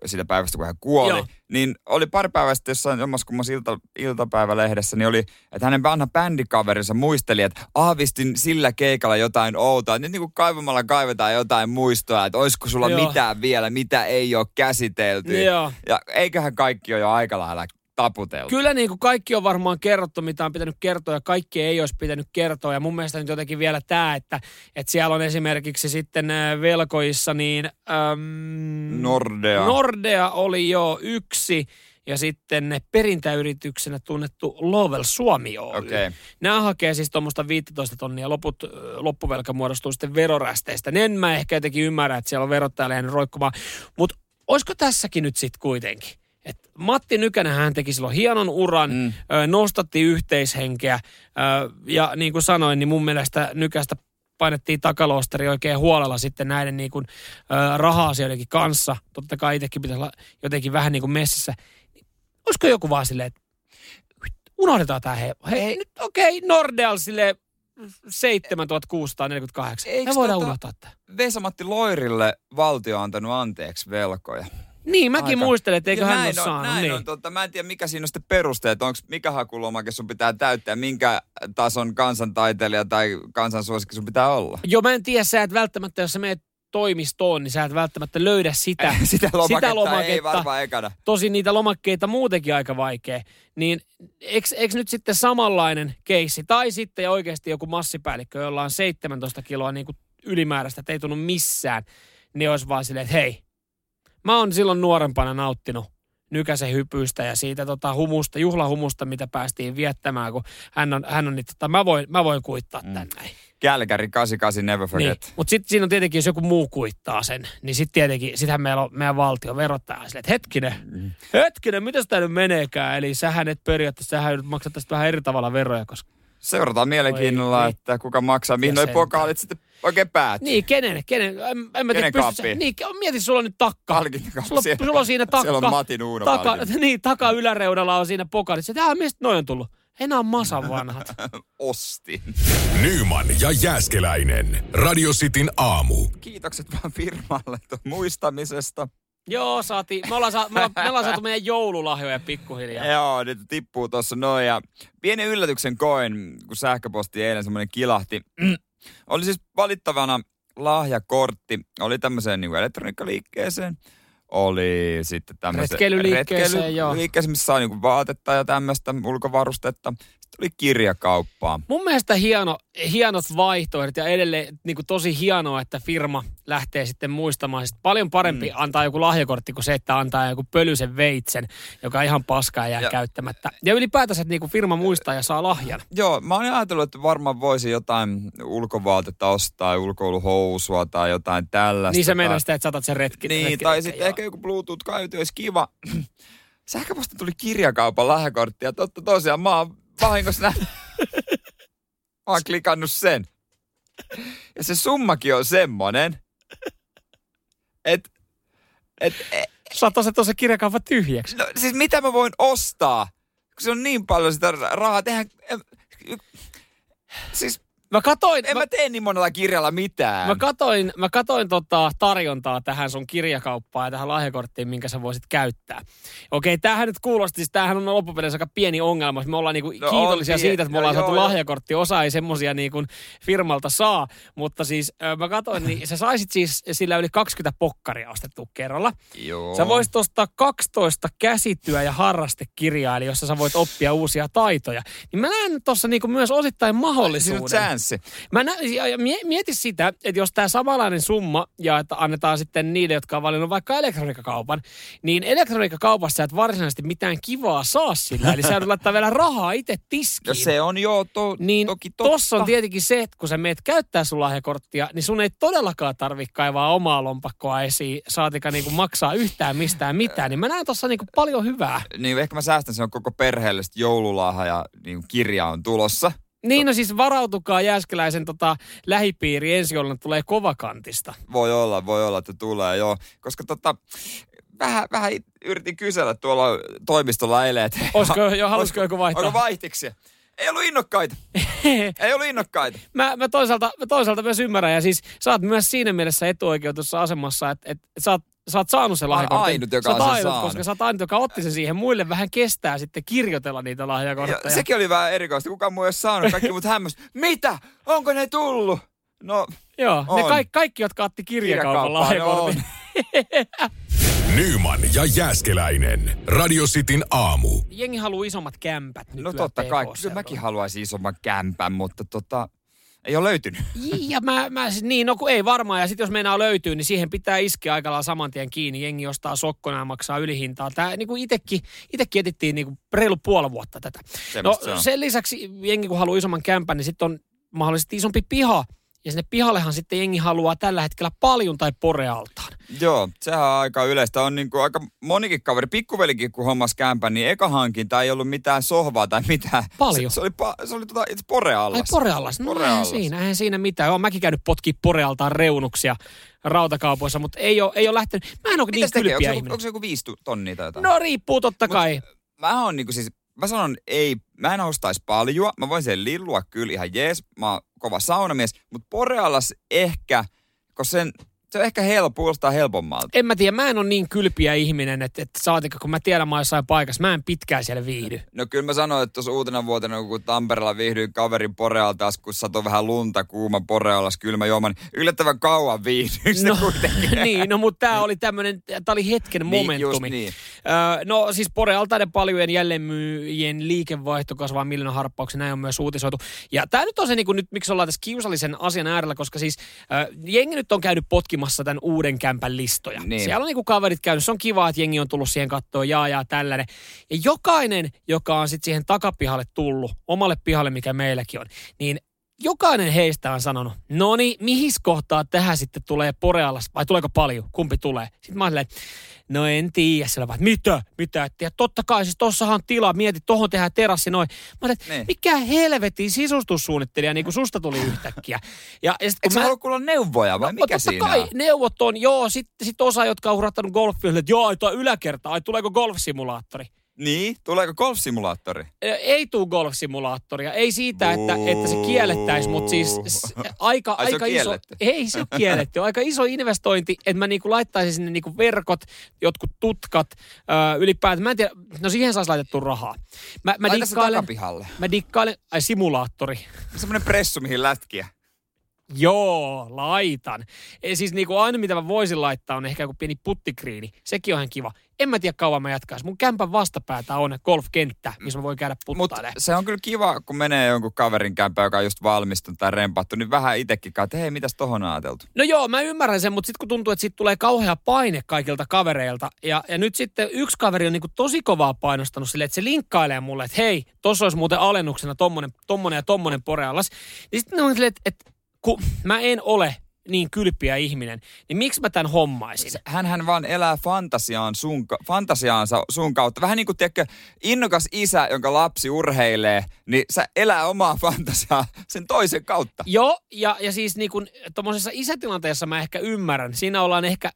[SPEAKER 2] siitä päivästä, kun hän kuoli,
[SPEAKER 3] Joo.
[SPEAKER 2] niin oli pari päivää sitten jossain jommassa kummassa ilta, iltapäivälehdessä, niin oli, että hänen vanha bändikaverinsa muisteli, että aavistin sillä keikalla jotain outoa. Nyt niin kuin kaivamalla kaivetaan jotain muistoa, että olisiko sulla
[SPEAKER 3] Joo.
[SPEAKER 2] Joo. mitään vielä, mitä ei ole käsitelty.
[SPEAKER 3] Joo.
[SPEAKER 2] Ja eiköhän kaikki ole jo aika lailla taputeltu.
[SPEAKER 3] Kyllä niin kuin kaikki on varmaan kerrottu, mitä on pitänyt kertoa ja kaikki ei olisi pitänyt kertoa. Ja mun mielestä nyt jotenkin vielä tämä, että, että siellä on esimerkiksi sitten äh, velkoissa niin... Äm,
[SPEAKER 2] Nordea.
[SPEAKER 3] Nordea oli jo yksi ja sitten perintäyrityksenä tunnettu Lovell Suomi Oy.
[SPEAKER 2] Okei.
[SPEAKER 3] Nämä hakee siis tuommoista 15 tonnia, loput, ö, loppuvelka muodostuu sitten verorästeistä. En mä ehkä jotenkin ymmärrä, että siellä on verottajalle jäänyt roikkumaan, mutta olisiko tässäkin nyt sitten kuitenkin? Et Matti Nykänen hän teki silloin hienon uran, mm. nostatti yhteishenkeä ö, ja niin kuin sanoin, niin mun mielestä Nykästä painettiin takaloosteri oikein huolella sitten näiden niin kuin, ö, raha-asioidenkin kanssa. Totta kai itsekin pitäisi olla jotenkin vähän niin kuin messissä. Niin Olisiko joku vaan silleen, että unohdetaan tämä hei. hei nyt okei, okay, Nordeal sille 7648.
[SPEAKER 2] Eiks
[SPEAKER 3] Me voidaan
[SPEAKER 2] tota-
[SPEAKER 3] unohtaa tämä.
[SPEAKER 2] Vesamatti Loirille valtio on antanut anteeksi velkoja.
[SPEAKER 3] Niin, mäkin
[SPEAKER 2] Aika.
[SPEAKER 3] muistelen, että eikö
[SPEAKER 2] Ja
[SPEAKER 3] hän
[SPEAKER 2] näin
[SPEAKER 3] ole saanut.
[SPEAKER 2] Näin
[SPEAKER 3] niin.
[SPEAKER 2] on, totta. Mä en tiedä, mikä siinä on sitten peruste, että onko mikä hakulomake sun pitää täyttää, minkä tason kansantaiteilija tai kansansuosikki sun pitää olla.
[SPEAKER 3] Joo, mä en tiedä, sä et välttämättä, jos sä menet toimistoon, niin sä et välttämättä
[SPEAKER 2] [LAUGHS]
[SPEAKER 3] löydä sitä.
[SPEAKER 2] Sitä lomaketta,
[SPEAKER 3] Sitä lomaketta.
[SPEAKER 2] ei varmaan ekana.
[SPEAKER 3] Tosi niitä lomakkeita muutenkin aika vaikea. Niin eikö nyt sitten samanlainen keissi? Tai sitten oikeasti joku massipäällikkö, jolla on 17 kiloa niin kuin ylimääräistä, että ei tunnu missään. Niin olisi vaan silleen, että hei, mä oon silloin nuorempana nauttinut nykäsen hypystä ja siitä tota humusta, juhlahumusta, mitä päästiin viettämään, kun hän on, hän on niin, tota, mä, voin, mä voin kuittaa mm. tän näin.
[SPEAKER 2] Kälkäri 88, never
[SPEAKER 3] Niin.
[SPEAKER 2] forget.
[SPEAKER 3] Mutta sitten siinä on tietenkin, jos joku muu kuittaa sen, niin sitten tietenkin, sitähän meillä on meidän valtio verottaja on silleen, että hetkinen, mm. hetkinen, mitä tämä nyt meneekään? Eli sähän et periaatteessa, sähän nyt maksat tästä vähän eri tavalla veroja, koska...
[SPEAKER 2] Seurataan mielenkiinnolla,
[SPEAKER 3] Oi, niin.
[SPEAKER 2] että kuka maksaa,
[SPEAKER 3] Ja
[SPEAKER 2] mihin noi
[SPEAKER 3] sentään.
[SPEAKER 2] pokaalit sitten oikein päätyy.
[SPEAKER 3] Niin, kenen, kenen, en, en mä tiedä,
[SPEAKER 2] Kenen
[SPEAKER 3] pystyssä,
[SPEAKER 2] kaappiin?
[SPEAKER 3] niin, ke- mieti, sulla on nyt takka.
[SPEAKER 2] Palkintokaappi
[SPEAKER 3] Sulla,
[SPEAKER 2] siellä.
[SPEAKER 3] sulla on siinä takka.
[SPEAKER 2] Siellä on Matin Uuno
[SPEAKER 3] taka,
[SPEAKER 2] palkinto.
[SPEAKER 3] [LAUGHS] Niin, taka yläreudalla on siinä pokali. Sitten, "Ah, mistä noin on tullut? Enää on masan
[SPEAKER 2] [LAUGHS]
[SPEAKER 3] vanhat.
[SPEAKER 2] Ostin.
[SPEAKER 1] Nyman ja Jääskeläinen. Radio Cityn aamu.
[SPEAKER 2] Kiitokset vaan firmalle tuon muistamisesta.
[SPEAKER 3] Joo, saatiin. Me ollaan, saa, me, ollaan, me ollaan saatu meidän joululahjoja pikkuhiljaa.
[SPEAKER 2] Joo, nyt tippuu tuossa noin. Ja pienen yllätyksen koin, kun sähköposti eilen semmoinen kilahti. [CLEARS THROAT] oli siis valittavana lahjakortti. Oli tämmöiseen niin elektroniikkaliikkeeseen. Oli sitten tämmöiseen
[SPEAKER 3] Retkeilyliikkeeseen, joo.
[SPEAKER 2] retkeily- missä saa niin vaatetta ja tämmöistä ulkovarustetta. Sitten oli kirjakauppaa.
[SPEAKER 3] Mun mielestä hieno, hienot vaihtoehdot ja edelleen niin kuin tosi hienoa, että firma lähtee sitten muistamaan. Sitten paljon parempi mm. antaa joku lahjakortti kuin se, että antaa joku pölysen veitsen, joka ihan paskaa jää ja.
[SPEAKER 2] Ja-
[SPEAKER 3] käyttämättä. Ja ylipäätänsä, että niin kuin firma muistaa ja saa lahjan.
[SPEAKER 2] Joo, mä olin ajatellut, että varmaan voisi jotain ulkovaatetta ostaa, ulkoiluhousua tai jotain tällaista.
[SPEAKER 3] Niin se
[SPEAKER 2] tai-
[SPEAKER 3] meinaa sitä, että saatat sen retki.
[SPEAKER 2] Niin,
[SPEAKER 3] retki-
[SPEAKER 2] tai
[SPEAKER 3] retki-
[SPEAKER 2] sitten
[SPEAKER 3] joo.
[SPEAKER 2] ehkä joku Bluetooth-kaiutin olisi kiva. [CLEARS THROAT] Sähköposti tuli kirjakaupan lahjakortti ja totta tosiaan mä oon vahingossa nä- [LAUGHS] Mä oon klikannut sen. Ja se summakin on semmonen, että et, et,
[SPEAKER 3] Saattaa se tuossa kirjakaava tyhjäksi.
[SPEAKER 2] no, siis mitä mä voin ostaa, kun se on niin paljon sitä rahaa. Tehän, em, siis
[SPEAKER 3] Mä katoin,
[SPEAKER 2] en mä,
[SPEAKER 3] mä,
[SPEAKER 2] mä tee niin monella kirjalla mitään.
[SPEAKER 3] mä katoin, mä katoin tota tarjontaa tähän sun kirjakauppaan ja tähän lahjakorttiin, minkä sä voisit käyttää. Okei, tämähän nyt kuulosti, siis tämähän on loppupeleissä aika pieni ongelma. Me ollaan niinku
[SPEAKER 2] No on
[SPEAKER 3] kiitollisia
[SPEAKER 2] pie-
[SPEAKER 3] siitä, että me ollaan
[SPEAKER 2] joo,
[SPEAKER 3] saatu
[SPEAKER 2] joo, joo.
[SPEAKER 3] lahjakortti. Osa ei semmosia niinku firmalta saa, mutta siis ö, mä katsoin, niin sä saisit siis sillä yli 20 pokkaria ostettua kerralla.
[SPEAKER 2] Joo.
[SPEAKER 3] Sä voisit ostaa 12 käsityö- ja harrastekirjaa, eli jossa sä voit oppia uusia taitoja. Niin mä näen tuossa niinku myös osittain
[SPEAKER 2] siis Siinä on
[SPEAKER 3] mahdollisuuden.
[SPEAKER 2] chanssi.
[SPEAKER 3] Mä nä- ja- ja mie- mieti sitä, että jos tämä samanlainen summa ja että annetaan sitten niille, jotka on valinnut vaikka elektroniikkakaupan, niin elektroniikkakaupassa sä et varsinaisesti mitään kivaa saa sillä.
[SPEAKER 2] [LAUGHS]
[SPEAKER 3] Eli sä joudut laittaa vielä rahaa itse
[SPEAKER 2] Ja
[SPEAKER 3] tiskiin.
[SPEAKER 2] No se on joo, to,
[SPEAKER 3] niin
[SPEAKER 2] toki totta.
[SPEAKER 3] tossa on tietenkin se, että kun sä meet käyttää sun lahjakorttia, niin sun ei todellakaan tarvitse kaivaa omaa lompakkoa esiin, saatika niinku maksaa yhtään mistään mitään. Niin mä näen tossa niinku paljon hyvää.
[SPEAKER 2] niin ehkä mä säästän sen koko perheelle, sit joululaha ja niin kuin kirja on tulossa.
[SPEAKER 3] Niin, no siis varautukaa Jääskeläisen tota, lähipiiri ensi jolla tulee kovakantista.
[SPEAKER 2] Voi olla, voi olla, että tulee, joo. Koska tota, vähän, vähän it- yritin kysellä tuolla toimistolla eilen, että...
[SPEAKER 3] [LAUGHS] Olisiko- joo, haluaisiko
[SPEAKER 2] Olisiko-
[SPEAKER 3] joku vaihtaa?
[SPEAKER 2] Onko vaihtiksi? Ei ollut
[SPEAKER 3] [LAUGHS]
[SPEAKER 2] innokkaita. Ei ollut innokkaita.
[SPEAKER 3] Mä, mä, toisaalta, mä toisaalta myös ymmärrän, ja siis sä oot myös siinä mielessä etuoikeutussa asemassa, että et, et sä, oot, sä oot saanut sen
[SPEAKER 2] oon
[SPEAKER 3] lahjakortin.
[SPEAKER 2] ainut, joka
[SPEAKER 3] Sä oot
[SPEAKER 2] on sen
[SPEAKER 3] ainut,
[SPEAKER 2] saanut.
[SPEAKER 3] Koska sä oot ainut, joka otti sen siihen. Muille vähän kestää sitten kirjoitella niitä lahjakortteja.
[SPEAKER 2] Ja, sekin oli vähän erikoista. Kukaan muu ei ole saanut. Kaikki mut hämmästyi. [LAUGHS] Mitä? Onko ne tullut? No,
[SPEAKER 3] Joo, ne
[SPEAKER 2] on.
[SPEAKER 3] kaikki, kaikki, jotka otti kirjakaupan
[SPEAKER 2] kirjakauppa ne on.
[SPEAKER 3] lahjakortin.
[SPEAKER 1] Nyman ja Jääskeläinen. Radio Cityn aamu.
[SPEAKER 3] Jengi haluaa isommat kämpät
[SPEAKER 2] No
[SPEAKER 3] nykyään
[SPEAKER 2] totta kai. Kyllä
[SPEAKER 3] PK-seuduilla.
[SPEAKER 2] mäkin haluaisin isomman kämpän, mutta tota, ei ole löytynyt.
[SPEAKER 3] Jii, Ja mä, mä, siis niin, no kun ei varmaan. Ja sitten jos meinaa löytyy, niin siihen pitää iskeä aika lailla saman tien kiinni. Jengi ostaa sokkona ja maksaa ylihintaa. Tää niin kuin itekin, itekin etittiin niin kuin reilu puoli vuotta tätä. No
[SPEAKER 2] Semmosta se on.
[SPEAKER 3] sen lisäksi jengi kun haluaa isomman kämpän, niin sitten on mahdollisesti isompi piha. Ja sinne pihallehan sitten jengi haluaa tällä hetkellä paljon tai porealtaan.
[SPEAKER 2] Joo, sehän on aika yleistä. On niin kuin aika monikin kaveri, pikkuvelikin kun hommas kämpän, niin eka hankinta ei ollut mitään sohvaa tai mitään.
[SPEAKER 3] Paljon.
[SPEAKER 2] Se, se oli, pa- se oli tota, itse poreallas.
[SPEAKER 3] Ai poreallas. No eihän
[SPEAKER 2] Poreallas.
[SPEAKER 3] siinä, eihän siinä mitään. Olen mäkin käynyt potki porealtaan reunuksia rautakaupoissa, mutta ei ole, ei ole lähtenyt. Mä en ole niin
[SPEAKER 2] Mitäs tekee? Onko
[SPEAKER 3] kylpiä
[SPEAKER 2] se, joku,
[SPEAKER 3] ihminen.
[SPEAKER 2] onko se joku viisi tu- tonnia tai jotain?
[SPEAKER 3] No riippuu totta
[SPEAKER 2] Mut-
[SPEAKER 3] kai.
[SPEAKER 2] Mä on niinku siis, mä sanon ei, mä en ostaisi paljon. Mä voin sen lillua kyllä ihan jees. Mä oon kova saunamies, mutta poreallas ehkä, koska sen, se on ehkä helppo, kuulostaa helpommalta.
[SPEAKER 3] en mä tiedä, mä en ole niin kylpiä ihminen, että, että saatika, kun mä tiedän mä oon jossain paikassa, mä en pitkään siellä viihdy.
[SPEAKER 2] No kyllä mä sanoin, että tuossa uutena vuotena, kun Tampereella viihdyin kaverin porealtaas, kun satoi vähän lunta, kuuma porealas, kylmä juoma, niin yllättävän kauan viihdyin no. kuitenkin.
[SPEAKER 3] [LAUGHS] niin, no mutta tämä oli tämmöinen, tämä oli hetken
[SPEAKER 2] just
[SPEAKER 3] No, momentumi.
[SPEAKER 2] niin.
[SPEAKER 3] Öö, no siis Porealtaiden paljojen jälleenmyyjien liikevaihto kasvaa miljoonan harppauksen, näin on myös uutisoitu. Ja tämä nyt on se, niin nyt, miksi ollaan tässä kiusallisen asian äärellä, koska siis öö, jengi nyt on käynyt potkimassa tämän uuden kämpän listoja.
[SPEAKER 2] Niin.
[SPEAKER 3] Siellä on niin kaverit käynyt, se on kiva, että jengi on tullut siihen kattoon, jaa jaa tällainen. Ja jokainen, joka on sitten siihen takapihalle tullut, omalle pihalle, mikä meilläkin on, niin jokainen heistä on sanonut, no niin, mihin kohtaa tähän sitten tulee Porealas, vai tuleeko paljon, kumpi tulee? Sitten mä oon silleen, no en tiedä, sillä vaan, mitä, mitä, et tiedä. Totta kai, siis tossahan on tilaa, mieti, tohon tehdään terassi noin. Mä oon, että
[SPEAKER 2] Niin.
[SPEAKER 3] mikä helvetin sisustussuunnittelija, niin kuin susta tuli yhtäkkiä. Ja, ja sit,
[SPEAKER 2] Eikö
[SPEAKER 3] kun
[SPEAKER 2] mä...
[SPEAKER 3] mä,
[SPEAKER 2] halua kuulla neuvoja vai no, mikä
[SPEAKER 3] totta
[SPEAKER 2] siinä
[SPEAKER 3] kai,
[SPEAKER 2] on?
[SPEAKER 3] neuvot on, joo, sitten sit osa, jotka on hurahtanut golfia, että joo, tuo yläkerta, ai tuleeko golfsimulaattori?
[SPEAKER 2] Niin, tuleeko golfsimulaattori?
[SPEAKER 3] Ö, ei tuu golfsimulaattoria. Ei siitä, että, että se kiellettäisi, mutta siis s- aika,
[SPEAKER 2] Ai, se on
[SPEAKER 3] aika iso...
[SPEAKER 2] kielletty.
[SPEAKER 3] Ei se ole
[SPEAKER 2] [LAUGHS]
[SPEAKER 3] kielletty. Aika iso investointi, että mä niinku laittaisin sinne niinku verkot, jotkut tutkat ö, ylipäätään. Mä en tiedä, no siihen saisi laitettu rahaa. Mä, mä,
[SPEAKER 2] Laita se
[SPEAKER 3] dikkailen,
[SPEAKER 2] takapihalle.
[SPEAKER 3] mä dikkailen... Ai simulaattori.
[SPEAKER 2] Semmoinen pressu, mihin lätkiä.
[SPEAKER 3] Joo, laitan. E, siis niinku aina mitä mä voisin laittaa on ehkä joku pieni puttikriini. Sekin on ihan kiva. En mä tiedä kauan mä jatkaisin. Mun kämpän vastapäätä on golfkenttä, missä mä voin käydä
[SPEAKER 2] Mutta
[SPEAKER 3] puttailemaan.
[SPEAKER 2] se on kyllä kiva, kun menee jonkun kaverin kämpään, joka on just valmistunut tai rempattu, niin vähän itsekin katsoo, että hei, mitäs tohon on ajateltu?
[SPEAKER 3] No joo, mä ymmärrän sen, mutta sitten kun tuntuu, että siitä tulee kauhea paine kaikilta kavereilta. Ja, ja nyt sitten yksi kaveri on niinku tosi kovaa painostanut silleen, että se linkkailee mulle, että hei, tossa olisi muuten alennuksena tommonen, tommonen ja tommonen porealas. Niin sitten on silleen, että, että kun mä en ole niin kylpiä ihminen, niin miksi mä tämän hommaisin?
[SPEAKER 2] hän hän vaan elää fantasiaan sun, ka- fantasiaansa sun kautta. Vähän niin kuin tiedätkö, innokas isä, jonka lapsi urheilee, niin sä elää omaa fantasiaa sen toisen kautta.
[SPEAKER 3] Joo, ja, ja siis niin kun tuommoisessa isätilanteessa mä ehkä ymmärrän. Siinä ollaan ehkä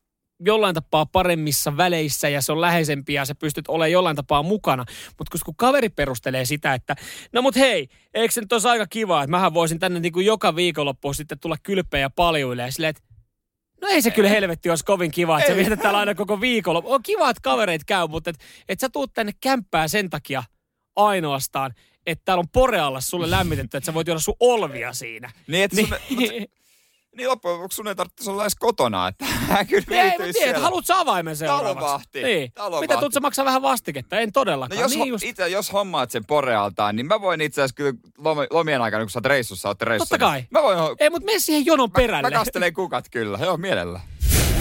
[SPEAKER 3] jollain tapaa paremmissa väleissä ja se on läheisempi ja sä pystyt olemaan jollain tapaa mukana. Mutta kun kaveri perustelee sitä, että no mut hei, eikö se nyt olisi aika kiva, että mähän voisin tänne niin kuin joka viikonloppu sitten tulla kylpeä ja paljuille ja silleen, että No ei se kyllä helvetti olisi kovin kiva, että sä vietät täällä aina koko viikonloppu. On kiva, että kavereit käy, mutta et, et sä tuut tänne kämppään sen takia ainoastaan, että täällä on porealla sulle lämmitetty, että sä voit juoda sun olvia siinä.
[SPEAKER 2] Niin, että
[SPEAKER 3] Niin.
[SPEAKER 2] niin. Sun, mut,
[SPEAKER 3] [LAUGHS]
[SPEAKER 2] niin loppujen lopuksi sun ei tarvitse olla edes kotona, että hän kyllä
[SPEAKER 3] Ei,
[SPEAKER 2] viihtyisi
[SPEAKER 3] mä tiedän,
[SPEAKER 2] siellä.
[SPEAKER 3] että haluut sä avaimen seuraavaksi.
[SPEAKER 2] Talovahti.
[SPEAKER 3] Niin.
[SPEAKER 2] Talovahti.
[SPEAKER 3] Mitä tuut sä maksaa vähän vastiketta? En
[SPEAKER 2] No
[SPEAKER 3] todellakaan.
[SPEAKER 2] jos,
[SPEAKER 3] niin
[SPEAKER 2] niin
[SPEAKER 3] just,
[SPEAKER 2] itse, jos hommaat sen porealtaan, niin mä voin itse asiassa kyllä lom- lomien aikana, kun sä oot reissussa, oot reissussa.
[SPEAKER 3] Totta kai.
[SPEAKER 2] niin Mä voin, ho-
[SPEAKER 3] Ei, mutta mene siihen jonon perälle.
[SPEAKER 2] mä kastelen kukat kyllä, joo mielellä.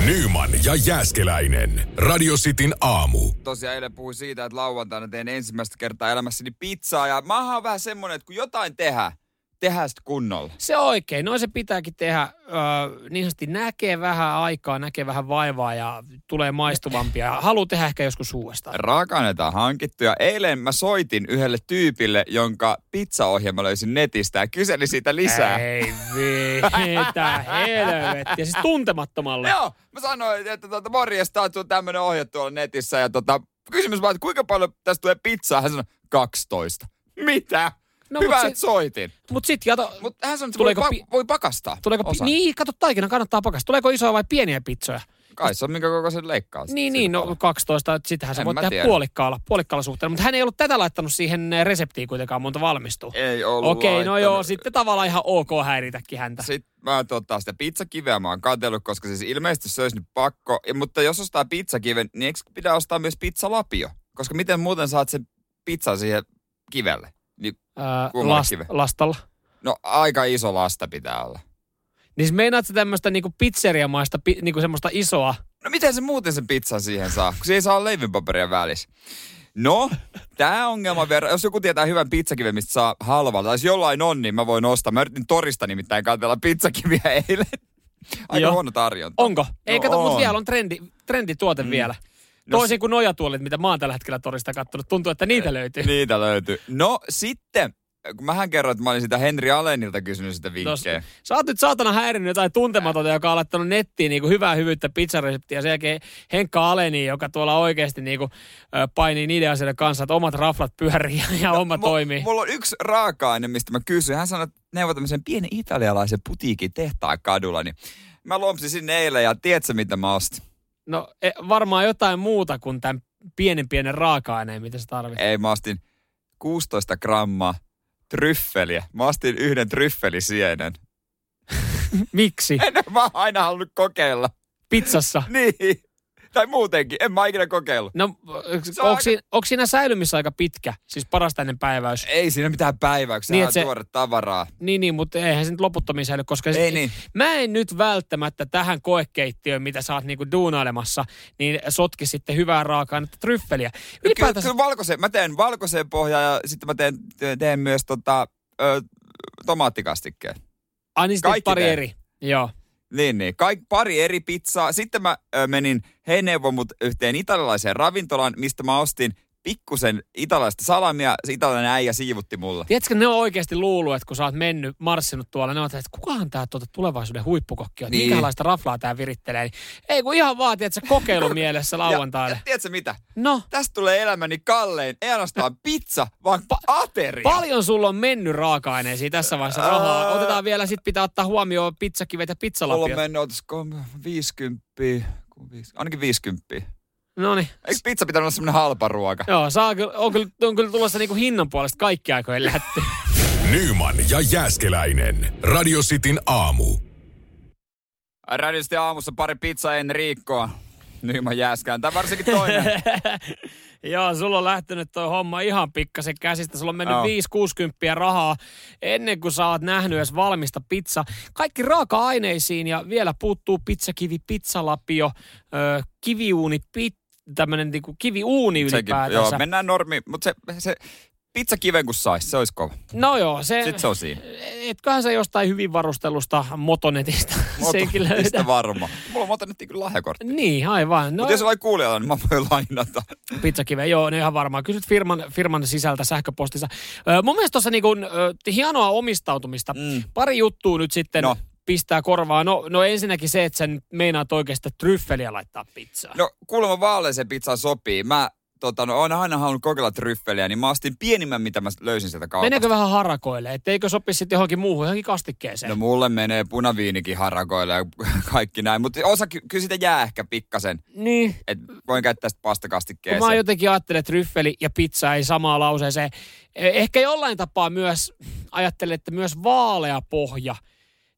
[SPEAKER 1] Nyman ja Jääskeläinen. Radio Cityn aamu.
[SPEAKER 2] tosiaan eilen puhuin siitä, että lauantaina tein ensimmäistä kertaa elämässäni pizzaa. Ja mä oon vähän semmonen, että kun jotain tehdään, tehdään sitten kunnolla.
[SPEAKER 3] Se oikein, noin se pitääkin tehdä. Öö, niin sanotusti näkee vähän aikaa, näkee vähän vaivaa ja tulee maistuvampia. Haluaa tehdä ehkä joskus uudestaan.
[SPEAKER 2] Raaka-aineita on hankittu ja eilen mä soitin yhdelle tyypille, jonka pizzaohjelma löysin netistä ja kyselin siitä lisää.
[SPEAKER 3] Ei vihitä, helvettiä. Siis tuntemattomalle.
[SPEAKER 2] Joo, mä sanoin, että tuota, morjesta on tämmöinen ohje tuolla netissä ja tota, kysymys vaan, että kuinka paljon tästä tulee pizzaa? Hän sanoi, 12. Mitä?
[SPEAKER 3] No,
[SPEAKER 2] No, Hyvä,
[SPEAKER 3] mut
[SPEAKER 2] että
[SPEAKER 3] si-
[SPEAKER 2] soitin.
[SPEAKER 3] Mut sit jato,
[SPEAKER 2] Mutta hän sanoi, että
[SPEAKER 3] Tuleeko
[SPEAKER 2] voi,
[SPEAKER 3] pi-
[SPEAKER 2] pa- voi pakastaa.
[SPEAKER 3] tuleeko, pi-
[SPEAKER 2] osan.
[SPEAKER 3] niin kato taikina kannattaa pakasta. Tuleeko isoja vai pieniä pizzoja?
[SPEAKER 2] Kai se on minkä koko sen leikkaa. sit
[SPEAKER 3] Niin,
[SPEAKER 2] sillä
[SPEAKER 3] niin, no
[SPEAKER 2] tavalla.
[SPEAKER 3] 12, että sitähän sä
[SPEAKER 2] En
[SPEAKER 3] voit
[SPEAKER 2] mä
[SPEAKER 3] tehdä
[SPEAKER 2] tiedä.
[SPEAKER 3] puolikkaalla, puolikkaalla suhteella. Mutta hän ei ollut tätä laittanut siihen eh, reseptiin kuitenkaan monta valmistuu.
[SPEAKER 2] Ei ollut
[SPEAKER 3] Okei, no
[SPEAKER 2] laittanut.
[SPEAKER 3] joo, sitten tavallaan ihan ok häiritäkin häntä.
[SPEAKER 2] Sitten mä tota, sitä pizzakiveä mä oon katsellut, koska siis ilmeisesti se olisi nyt pakko. Ja, mutta jos ostaa pizzakiven, niin eikö pidä ostaa myös pizzalapio? Koska miten muuten saat sen pizzan siihen kivelle? Niin,
[SPEAKER 3] Ää,
[SPEAKER 2] Kummalle
[SPEAKER 3] last,
[SPEAKER 2] kive.
[SPEAKER 3] lastalla.
[SPEAKER 2] no aika iso lasta pitää olla.
[SPEAKER 3] Niin siis meinaat sä tämmöistä niinku pizzeriamaista, pi, niinku semmoista isoa?
[SPEAKER 2] No miten se muuten sen pizzan siihen saa, kun se ei saa leivinpaperia välissä? No, tämä ongelma verran, jos joku tietää hyvän pizzakiven, mistä saa halvalla, tai jos jollain on, niin mä voin ostaa. Mä yritin torista nimittäin katsella pizzakiviä eilen. Aika
[SPEAKER 3] Joo.
[SPEAKER 2] huono tarjonta.
[SPEAKER 3] Onko? Ei
[SPEAKER 2] No
[SPEAKER 3] kato, mutta
[SPEAKER 2] on.
[SPEAKER 3] vielä on trendi, trendituote mm. vielä. No, Toisin kuin nojatuolit, mitä mä oon tällä hetkellä torista kattonut. Tuntuu, että niitä
[SPEAKER 2] [LAUGHS]
[SPEAKER 3] löytyy.
[SPEAKER 2] Niitä löytyy. No sitten, kun mähän kerroin, että mä olin sitä Henri Alenilta kysynyt sitä vinkkejä.
[SPEAKER 3] Tos- Sä oot nyt saatana häirinnyt jotain tuntematonta, joka on laittanut nettiin niin kuin hyvää hyvyyttä pizzareseptiä. Sen jälkeen Henkka Aleni, joka tuolla oikeasti niin kuin, ö, painii niiden asioiden kanssa, että omat raflat pyörii ja- ja oma
[SPEAKER 2] No, Mu-
[SPEAKER 3] toimii.
[SPEAKER 2] Mulla on yksi raaka-aine, mistä mä kysyin. Hän sanoi, että ne ovat tämmöisen pienen italialaisen putiikin tehtaan kadulla. Niin mä lompsin sinne eilen ja tiedätkö mitä mä ostin?
[SPEAKER 3] No e, varmaan jotain muuta kuin tämän pienen pienen raaka-aineen, mitä sä tarvitset.
[SPEAKER 2] Ei, mä ostin 16 grammaa tryffeliä. Mä ostin yhden tryffelisienen. [LAUGHS] Eh.
[SPEAKER 3] Miksi?
[SPEAKER 2] En mä oon aina halunnut kokeilla. [LAUGHS]
[SPEAKER 3] Pizzassa.
[SPEAKER 2] Niin. Tai muutenkin, en mä oon ikinä kokeillut.
[SPEAKER 3] No,
[SPEAKER 2] Se on
[SPEAKER 3] onko siinä, onko siinä säilymissä aika pitkä? Siis parasta ennen päiväys.
[SPEAKER 2] Ei siinä mitään päiväyksiä,
[SPEAKER 3] Niin,
[SPEAKER 2] niin,
[SPEAKER 3] että se-
[SPEAKER 2] se... tuore tavaraa.
[SPEAKER 3] Niin, niin, mutta eihän se nyt loputtomiin säily, koska
[SPEAKER 2] Ei niin.
[SPEAKER 3] mä en nyt välttämättä tähän koekeittiöön, mitä sä oot niinku duunailemassa, niin sotki sitten hyvää raaka-ainetta tryffeliä.
[SPEAKER 2] Kyllä,
[SPEAKER 3] Ylipäätänsä,
[SPEAKER 2] kyllä valkoiseen. Mä teen valkoiseen pohjaan ja sitten mä teen, teen myös tota, ö, tomaattikastikkeen.
[SPEAKER 3] ai niin sitten
[SPEAKER 2] kaikki
[SPEAKER 3] pari
[SPEAKER 2] teen.
[SPEAKER 3] eri. Joo.
[SPEAKER 2] Niin, niin. Kaik, pari eri pizzaa. Sitten mä ö, menin heineuvomut yhteen italialaiseen ravintolaan, mistä mä ostin pikkusen italaista salamia. Se italainen äijä siivutti mulle.
[SPEAKER 3] Tiedätkö, ne on oikeasti luullut, että kun sä oot mennyt, marssinut tuolla, ne on, että kukahan tää tuota tulevaisuuden huippukokki on, niin.
[SPEAKER 2] Niin.
[SPEAKER 3] minkälaista raflaa tää virittelee. Niin, ei kun ihan vaan, tiedätkö,
[SPEAKER 2] [LAUGHS]
[SPEAKER 3] kokeilu mielessä
[SPEAKER 2] Ja,
[SPEAKER 3] lauantaille.
[SPEAKER 2] ja tiedätkö mitä?
[SPEAKER 3] No,
[SPEAKER 2] Tästä tulee elämäni kallein. Ei ainoastaan pizza, vaan pa- ateria.
[SPEAKER 3] Paljon sulla on mennyt raaka-aineisiin tässä vaiheessa rahaa.
[SPEAKER 2] Ää.
[SPEAKER 3] Otetaan vielä, sit pitää ottaa huomioon pizzakivet ja
[SPEAKER 2] Mulla on
[SPEAKER 3] pizzalapiot.
[SPEAKER 2] mennyt, otasko 50, kun viis- ainakin 50.
[SPEAKER 3] No niin.
[SPEAKER 2] Eikö pizza pitänyt olla semmoinen halpa ruoka?
[SPEAKER 3] Joo, saa, kyllä- on, kyllä, on kyllä tulossa niinku hinnan puolesta kaikki aikojen lähti.
[SPEAKER 1] Nyman ja Jääskeläinen. Radio Cityn aamu.
[SPEAKER 2] Radiosti aamussa pari pizza Enriikkoa. Nyman Jääskään. Tämä varsinkin
[SPEAKER 3] [LAUGHS]
[SPEAKER 2] toinen.
[SPEAKER 3] [LAUGHS] Joo, sulla on lähtenyt toi homma ihan pikkasen käsistä. Sulla on mennyt
[SPEAKER 2] Joo.
[SPEAKER 3] 5-60 rahaa ennen kuin sä oot nähnyt edes valmista pizza. Kaikki raaka-aineisiin ja vielä puuttuu pizzakivi, pizzalapio, ö, kiviuuni, pit, tämmönen niinku kiviuuni
[SPEAKER 2] Sekin,
[SPEAKER 3] ylipäätänsä.
[SPEAKER 2] joo, mennään normi. Mutta se, se pizza kiven kun sais, se olisi kova.
[SPEAKER 3] No joo, se...
[SPEAKER 2] Sitten se on
[SPEAKER 3] [LAUGHS]
[SPEAKER 2] siinä.
[SPEAKER 3] Etköhän se jostain hyvin varustellusta motonetista [LAUGHS] senkin
[SPEAKER 2] Mistä
[SPEAKER 3] löytää.
[SPEAKER 2] varma. Mulla on motonettiin kyllä lahjakortti.
[SPEAKER 3] Niin, aivan. No,
[SPEAKER 2] Mutta jos ollaan kuulijalla, niin mä voin lainata.
[SPEAKER 3] pizzakiveä, joo, ne ihan varmaan. Kysyt firman, firman sisältä sähköpostissa. Ö, mun mielestä tuossa niinku, ö, hienoa omistautumista. Mm.
[SPEAKER 2] Mm.
[SPEAKER 3] Pari juttua nyt sitten no.
[SPEAKER 2] No.
[SPEAKER 3] pistää korvaa. No, no ensinnäkin se, että sen meinaat oikeastaan tryffeliä laittaa pizzaan.
[SPEAKER 2] No kuulemma vaaleeseen pizzaan sopii. Mä tota, no, oon aina halunnut kokeilla tryffeliä, niin mä ostin pienimmän, mitä mä löysin sieltä kaupasta.
[SPEAKER 3] Meneekö vähän harakoille, etteikö sopi sitten johonkin muuhun, johonkin kastikkeeseen?
[SPEAKER 2] No mulle menee punaviinikin harakoille ja [LAUGHS] kaikki näin, mutta osa ky- kyllä sitä jää ehkä pikkasen.
[SPEAKER 3] niin.
[SPEAKER 2] Et voin käyttää sitä
[SPEAKER 3] Kun
[SPEAKER 2] pastakastikkeeseen.
[SPEAKER 3] mä jotenkin ajattelen, että ryffeli ja pizza ei samaa lauseeseen. Eh, Ehkä jollain tapaa myös ajattelen, että myös vaalea pohja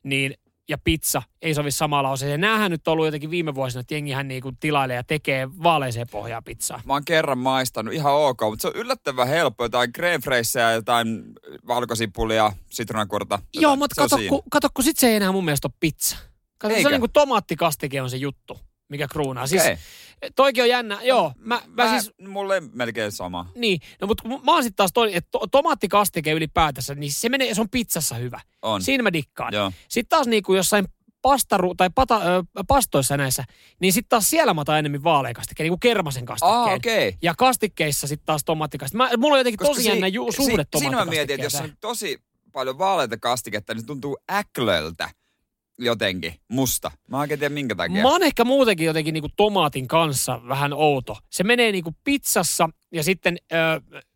[SPEAKER 3] niin, ja pizza ei sovi samaa lauseeseen. Nämähän nyt on ollut jotenkin viime vuosina, että jengihän niinku tilailee ja tekee vaaleeseen pohjaa pizzaa.
[SPEAKER 2] Mä oon kerran maistanut, ihan ok, mutta se on yllättävän helppo. Jotain creme jotain valkosipulia, sitruunakuorta. jotain.
[SPEAKER 3] Joo, mutta
[SPEAKER 2] Se on
[SPEAKER 3] kato,
[SPEAKER 2] siinä.
[SPEAKER 3] kun, kato, kun sit se ei enää mun mielestä ole pizza. Kato, se
[SPEAKER 2] Eikö?
[SPEAKER 3] on niinku tomaattikastike on se juttu. mikä kruunaa. Siis,
[SPEAKER 2] Okei. No,
[SPEAKER 3] toikin on jännä. Joo, mä, mä, mä siis
[SPEAKER 2] Mulle melkein sama.
[SPEAKER 3] Niin, no mutta mä oon sitten taas toinen, että to, tomaattikastike ylipäätänsä, niin se menee, se on pizzassa hyvä.
[SPEAKER 2] On.
[SPEAKER 3] Siinä mä dikkaan.
[SPEAKER 2] Joo.
[SPEAKER 3] Sitten taas niin kuin jossain pastaru, tai pata, ö, pastoissa näissä, niin sitten taas siellä mä otan enemmän vaaleakastikkeen, niin kuin kermasen kastikkeen.
[SPEAKER 2] Aa, okei.
[SPEAKER 3] Ja kastikkeissa sitten taas tomaattikastikkeet. Mä, mulla on jotenkin Koska Niin tosi
[SPEAKER 2] si-
[SPEAKER 3] jännä ju- suhde si-
[SPEAKER 2] Siinä mä mietin, että jos on tosi paljon vaaleita kastiketta, niin se tuntuu äklöltä jotenkin, musta. Mä en oikein tiedä minkä takia.
[SPEAKER 3] Mä oon ehkä muutenkin jotenkin niinku tomaatin kanssa vähän outo. Se menee niinku pizzassa ja sitten ö,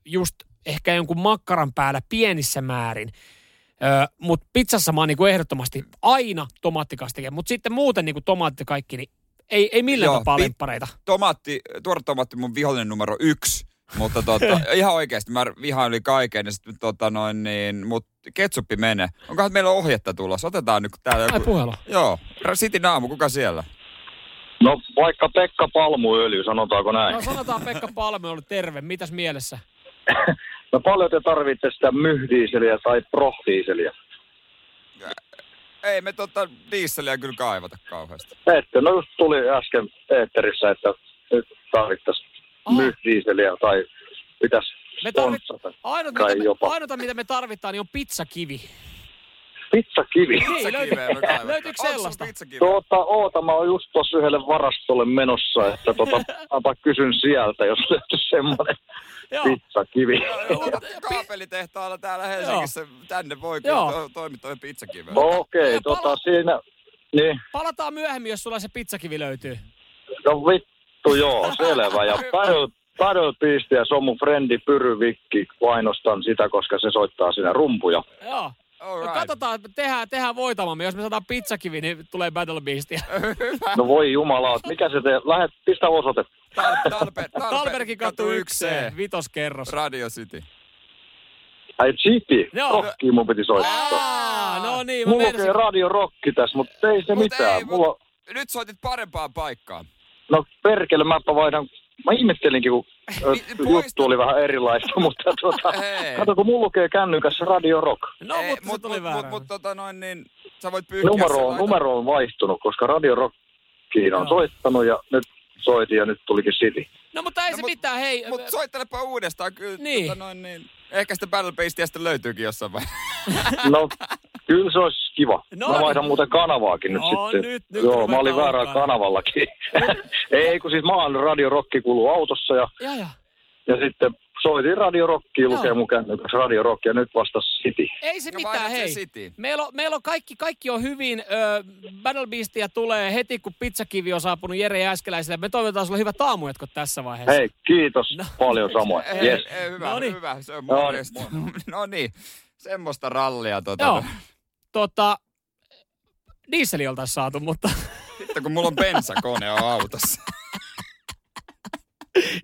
[SPEAKER 3] just ehkä jonkun makkaran päällä pienissä määrin. Ö, mut pizzassa mä oon niinku ehdottomasti aina tomaattikastike. Mut sitten muuten niinku tomaatti kaikki, niin ei, ei millään
[SPEAKER 2] Joo,
[SPEAKER 3] tapaa
[SPEAKER 2] pi-
[SPEAKER 3] lemppareita.
[SPEAKER 2] tomaatti, tuore tomaatti on mun vihollinen numero yksi. Mutta tota,
[SPEAKER 3] [LAUGHS]
[SPEAKER 2] ihan oikeasti, mä vihaan yli kaiken, ja sit, tota noin, niin, mut ketsuppi menee. Onkohan meillä ohjetta tulossa? Otetaan nyt täällä
[SPEAKER 3] Ai
[SPEAKER 2] joku...
[SPEAKER 3] puhelu.
[SPEAKER 2] Joo, Sitin aamu, kuka siellä?
[SPEAKER 4] No vaikka Pekka Palmuöljy, sanotaanko näin.
[SPEAKER 3] No sanotaan Pekka Palme on ollut terve. Mitäs mielessä?
[SPEAKER 4] No paljon te tarvitsette sitä myhdiiseliä tai prohdiiseliä?
[SPEAKER 2] Ei me tota diisseliä kyllä kaivata kauheasti.
[SPEAKER 4] Ette, no just tuli äsken eetterissä, että nyt tarvittaisiin
[SPEAKER 3] Aha.
[SPEAKER 4] myhdiiseliä tai pitäisi
[SPEAKER 3] Me tarvit-
[SPEAKER 4] sponssata.
[SPEAKER 3] Ainut,
[SPEAKER 4] Kai
[SPEAKER 3] mitä me,
[SPEAKER 4] jopa.
[SPEAKER 3] ainota, mitä me tarvitaan, niin on pizzakivi.
[SPEAKER 4] Pizzakivi.
[SPEAKER 3] Niin, löytyy,
[SPEAKER 2] Pizzakiveä me kaivataan.
[SPEAKER 3] löytyykö
[SPEAKER 2] Onks sulla
[SPEAKER 3] sellaista?
[SPEAKER 2] pizzakiveä?
[SPEAKER 4] Tuota, oota, mä oon just tuossa yhdelle varastolle menossa, että
[SPEAKER 3] [LAUGHS]
[SPEAKER 4] tota, apa kysyn sieltä, jos löytyy semmoinen
[SPEAKER 3] Joo.
[SPEAKER 4] pizzakivi.
[SPEAKER 2] Joo, Kaapelitehtaalla täällä Helsingissä, tänne voi kyllä
[SPEAKER 3] Joo.
[SPEAKER 2] to- toimittaa pizzakiveä.
[SPEAKER 4] Okei,
[SPEAKER 3] Ja
[SPEAKER 4] okay,
[SPEAKER 3] pala-
[SPEAKER 4] tota siinä, niin,
[SPEAKER 3] Palataan myöhemmin, jos sulla se pizzakivi löytyy.
[SPEAKER 4] no vittu joo, selvä. Ja paddle- paddle piisti ja se on mun frendi Pyryvikki, painostan sitä, koska se soittaa siinä rumpuja.
[SPEAKER 3] Joo.
[SPEAKER 2] All
[SPEAKER 3] No
[SPEAKER 2] right.
[SPEAKER 3] katsotaan, tehdään, tehdään voitamamme. Jos me saadaan pizzakivi, niin tulee Battle Beastia.
[SPEAKER 4] No voi jumala, että mikä se te, lähet, pistä osoite.
[SPEAKER 2] Tal-
[SPEAKER 3] [LAUGHS]
[SPEAKER 2] talpe, talpe,
[SPEAKER 3] Talbergin katu 1, vitoskerros.
[SPEAKER 2] Radio City.
[SPEAKER 4] Ai Chipi,
[SPEAKER 3] Joo.
[SPEAKER 4] rockkiin mun piti soittaa.
[SPEAKER 3] Aa, no niin, mä
[SPEAKER 4] Mulla lukee
[SPEAKER 3] meinasin.
[SPEAKER 4] radio rockki tässä, mutta ei se
[SPEAKER 2] Mut
[SPEAKER 4] mitään.
[SPEAKER 2] ei, mut-
[SPEAKER 4] Mulla,
[SPEAKER 2] Nyt soitit parempaan paikkaan.
[SPEAKER 4] No perkele, mäpä vaihdan. Mä ihmettelinkin, kun ö,
[SPEAKER 2] Niin, [LAUGHS] poista.
[SPEAKER 4] juttu oli vähän erilaista, [LAUGHS] mutta tuota,
[SPEAKER 2] Hei.
[SPEAKER 4] kato, kun mulla lukee kännykässä Radio Rock.
[SPEAKER 3] No,
[SPEAKER 2] Ei,
[SPEAKER 3] mutta se tuli
[SPEAKER 2] mut,
[SPEAKER 3] väärä.
[SPEAKER 2] Mut, mut, tota noin, niin sä voit pyyhkiä sen
[SPEAKER 4] Numero on,
[SPEAKER 2] laita.
[SPEAKER 4] numero on vaihtunut, koska Radio Rockiin
[SPEAKER 3] Joo.
[SPEAKER 4] on soittanut ja nyt soitin ja nyt tulikin City.
[SPEAKER 3] No mutta ei
[SPEAKER 2] No,
[SPEAKER 3] se
[SPEAKER 2] mut-
[SPEAKER 3] mitään, hei.
[SPEAKER 2] Mut soittelepa uudestaan kyllä.
[SPEAKER 3] Niin.
[SPEAKER 2] Tota noin, niin. Ehkä sitä Battle Beastia sitten löytyykin jossain vaiheessa.
[SPEAKER 4] No,
[SPEAKER 3] [LAUGHS]
[SPEAKER 4] kyllä se olisi kiva.
[SPEAKER 3] No
[SPEAKER 4] mä
[SPEAKER 3] niin.
[SPEAKER 4] vaihdan muuten kanavaakin nyt
[SPEAKER 3] No
[SPEAKER 4] sitten.
[SPEAKER 3] nyt- nyt
[SPEAKER 4] Joo, mä
[SPEAKER 3] ruvetaan
[SPEAKER 4] olin väärällä
[SPEAKER 3] alkaa.
[SPEAKER 4] kanavallakin. [LAUGHS] Ei, kun siis mä oon Radio Rockki kuuluu autossa ja,
[SPEAKER 3] Ja, ja.
[SPEAKER 4] ja sitten soitin Radio Rockiin,
[SPEAKER 3] Joo.
[SPEAKER 4] lukee mun kännykässä Radio Rock ja nyt vasta City.
[SPEAKER 3] Ei se
[SPEAKER 2] No
[SPEAKER 3] mitään,
[SPEAKER 2] vaihdat sen
[SPEAKER 3] hei.
[SPEAKER 2] Cityin.
[SPEAKER 3] Meillä on, meillä on kaikki, kaikki on hyvin. Ö, Battle Beastia tulee heti, kun pizzakivi on saapunut Jere Jääskeläiselle. Me toivotaan sulle hyvät aamujatkoa tässä vaiheessa.
[SPEAKER 4] Hei, kiitos
[SPEAKER 3] No.
[SPEAKER 4] paljon samoin.
[SPEAKER 2] Ei,
[SPEAKER 4] Yes.
[SPEAKER 2] ei, hyvä,
[SPEAKER 3] Noniin.
[SPEAKER 2] hyvä. Se on
[SPEAKER 4] Noniin.
[SPEAKER 2] morjesta. [LAUGHS] No niin, semmoista rallia. Tota.
[SPEAKER 3] Joo. Tota, dieseli oltaisiin saatu, mutta... [LAUGHS]
[SPEAKER 2] Sitten kun mulla on bensakone on autossa.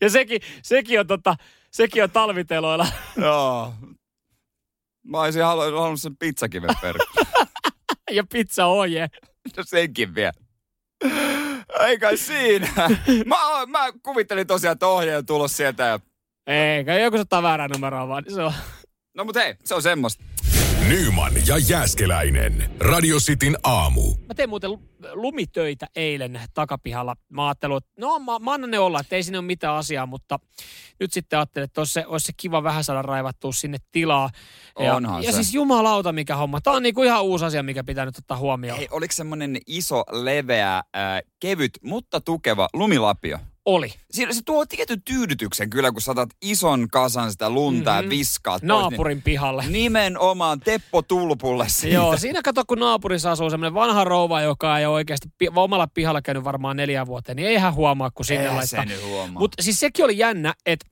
[SPEAKER 3] Ja sekin, sekin on, tota, sekin on talviteloilla. [LAUGHS]
[SPEAKER 2] Joo. Mä olisin halunnut, halunnut sen pizzakiven perkkiin.
[SPEAKER 3] ja pizza oje.
[SPEAKER 2] [LAUGHS] No senkin vielä. Ei kai siinä. Mä, oon- mä kuvittelin tosiaan, että ohje on tullut sieltä. Ja...
[SPEAKER 3] Eikä, joku se ottaa väärää numeroa vaan, niin se on.
[SPEAKER 2] No mut hei, se on semmoista.
[SPEAKER 1] Nyman ja Jääskeläinen. Radio Cityn aamu.
[SPEAKER 3] Mä tein muuten lu- lumitöitä eilen takapihalla. Mä ajattelin, että no mä, mä annan ne olla, että ei siinä ole mitään asiaa, mutta nyt sitten ajattelin, että olisi se, olisi se kiva vähän saada raivattua sinne tilaa. Ja,
[SPEAKER 2] Onhan
[SPEAKER 3] ja
[SPEAKER 2] se.
[SPEAKER 3] siis jumalauta mikä homma. Tämä on niinku ihan uusi asia, mikä pitää nyt ottaa huomioon.
[SPEAKER 2] Ei, oliko semmonen iso, leveä, ää, kevyt, mutta tukeva lumilapio?
[SPEAKER 3] Oli.
[SPEAKER 2] Siinä se tuo tietyn tyydytyksen kyllä, kun saatat ison kasan sitä lunta mm-hmm. ja viskaat pois,
[SPEAKER 3] Naapurin pihalle.
[SPEAKER 2] Niin, nimenomaan Teppo Tulpulle siitä.
[SPEAKER 3] Joo, siinä kato, kun naapurissa asuu semmoinen vanha rouva, joka ei ole oikeasti pi- omalla pihalla käynyt varmaan neljä vuoteen, niin ei hän huomaa, kun sinne
[SPEAKER 2] Eihän
[SPEAKER 3] laittaa.
[SPEAKER 2] se nyt huomaa.
[SPEAKER 3] Mutta siis sekin oli jännä, että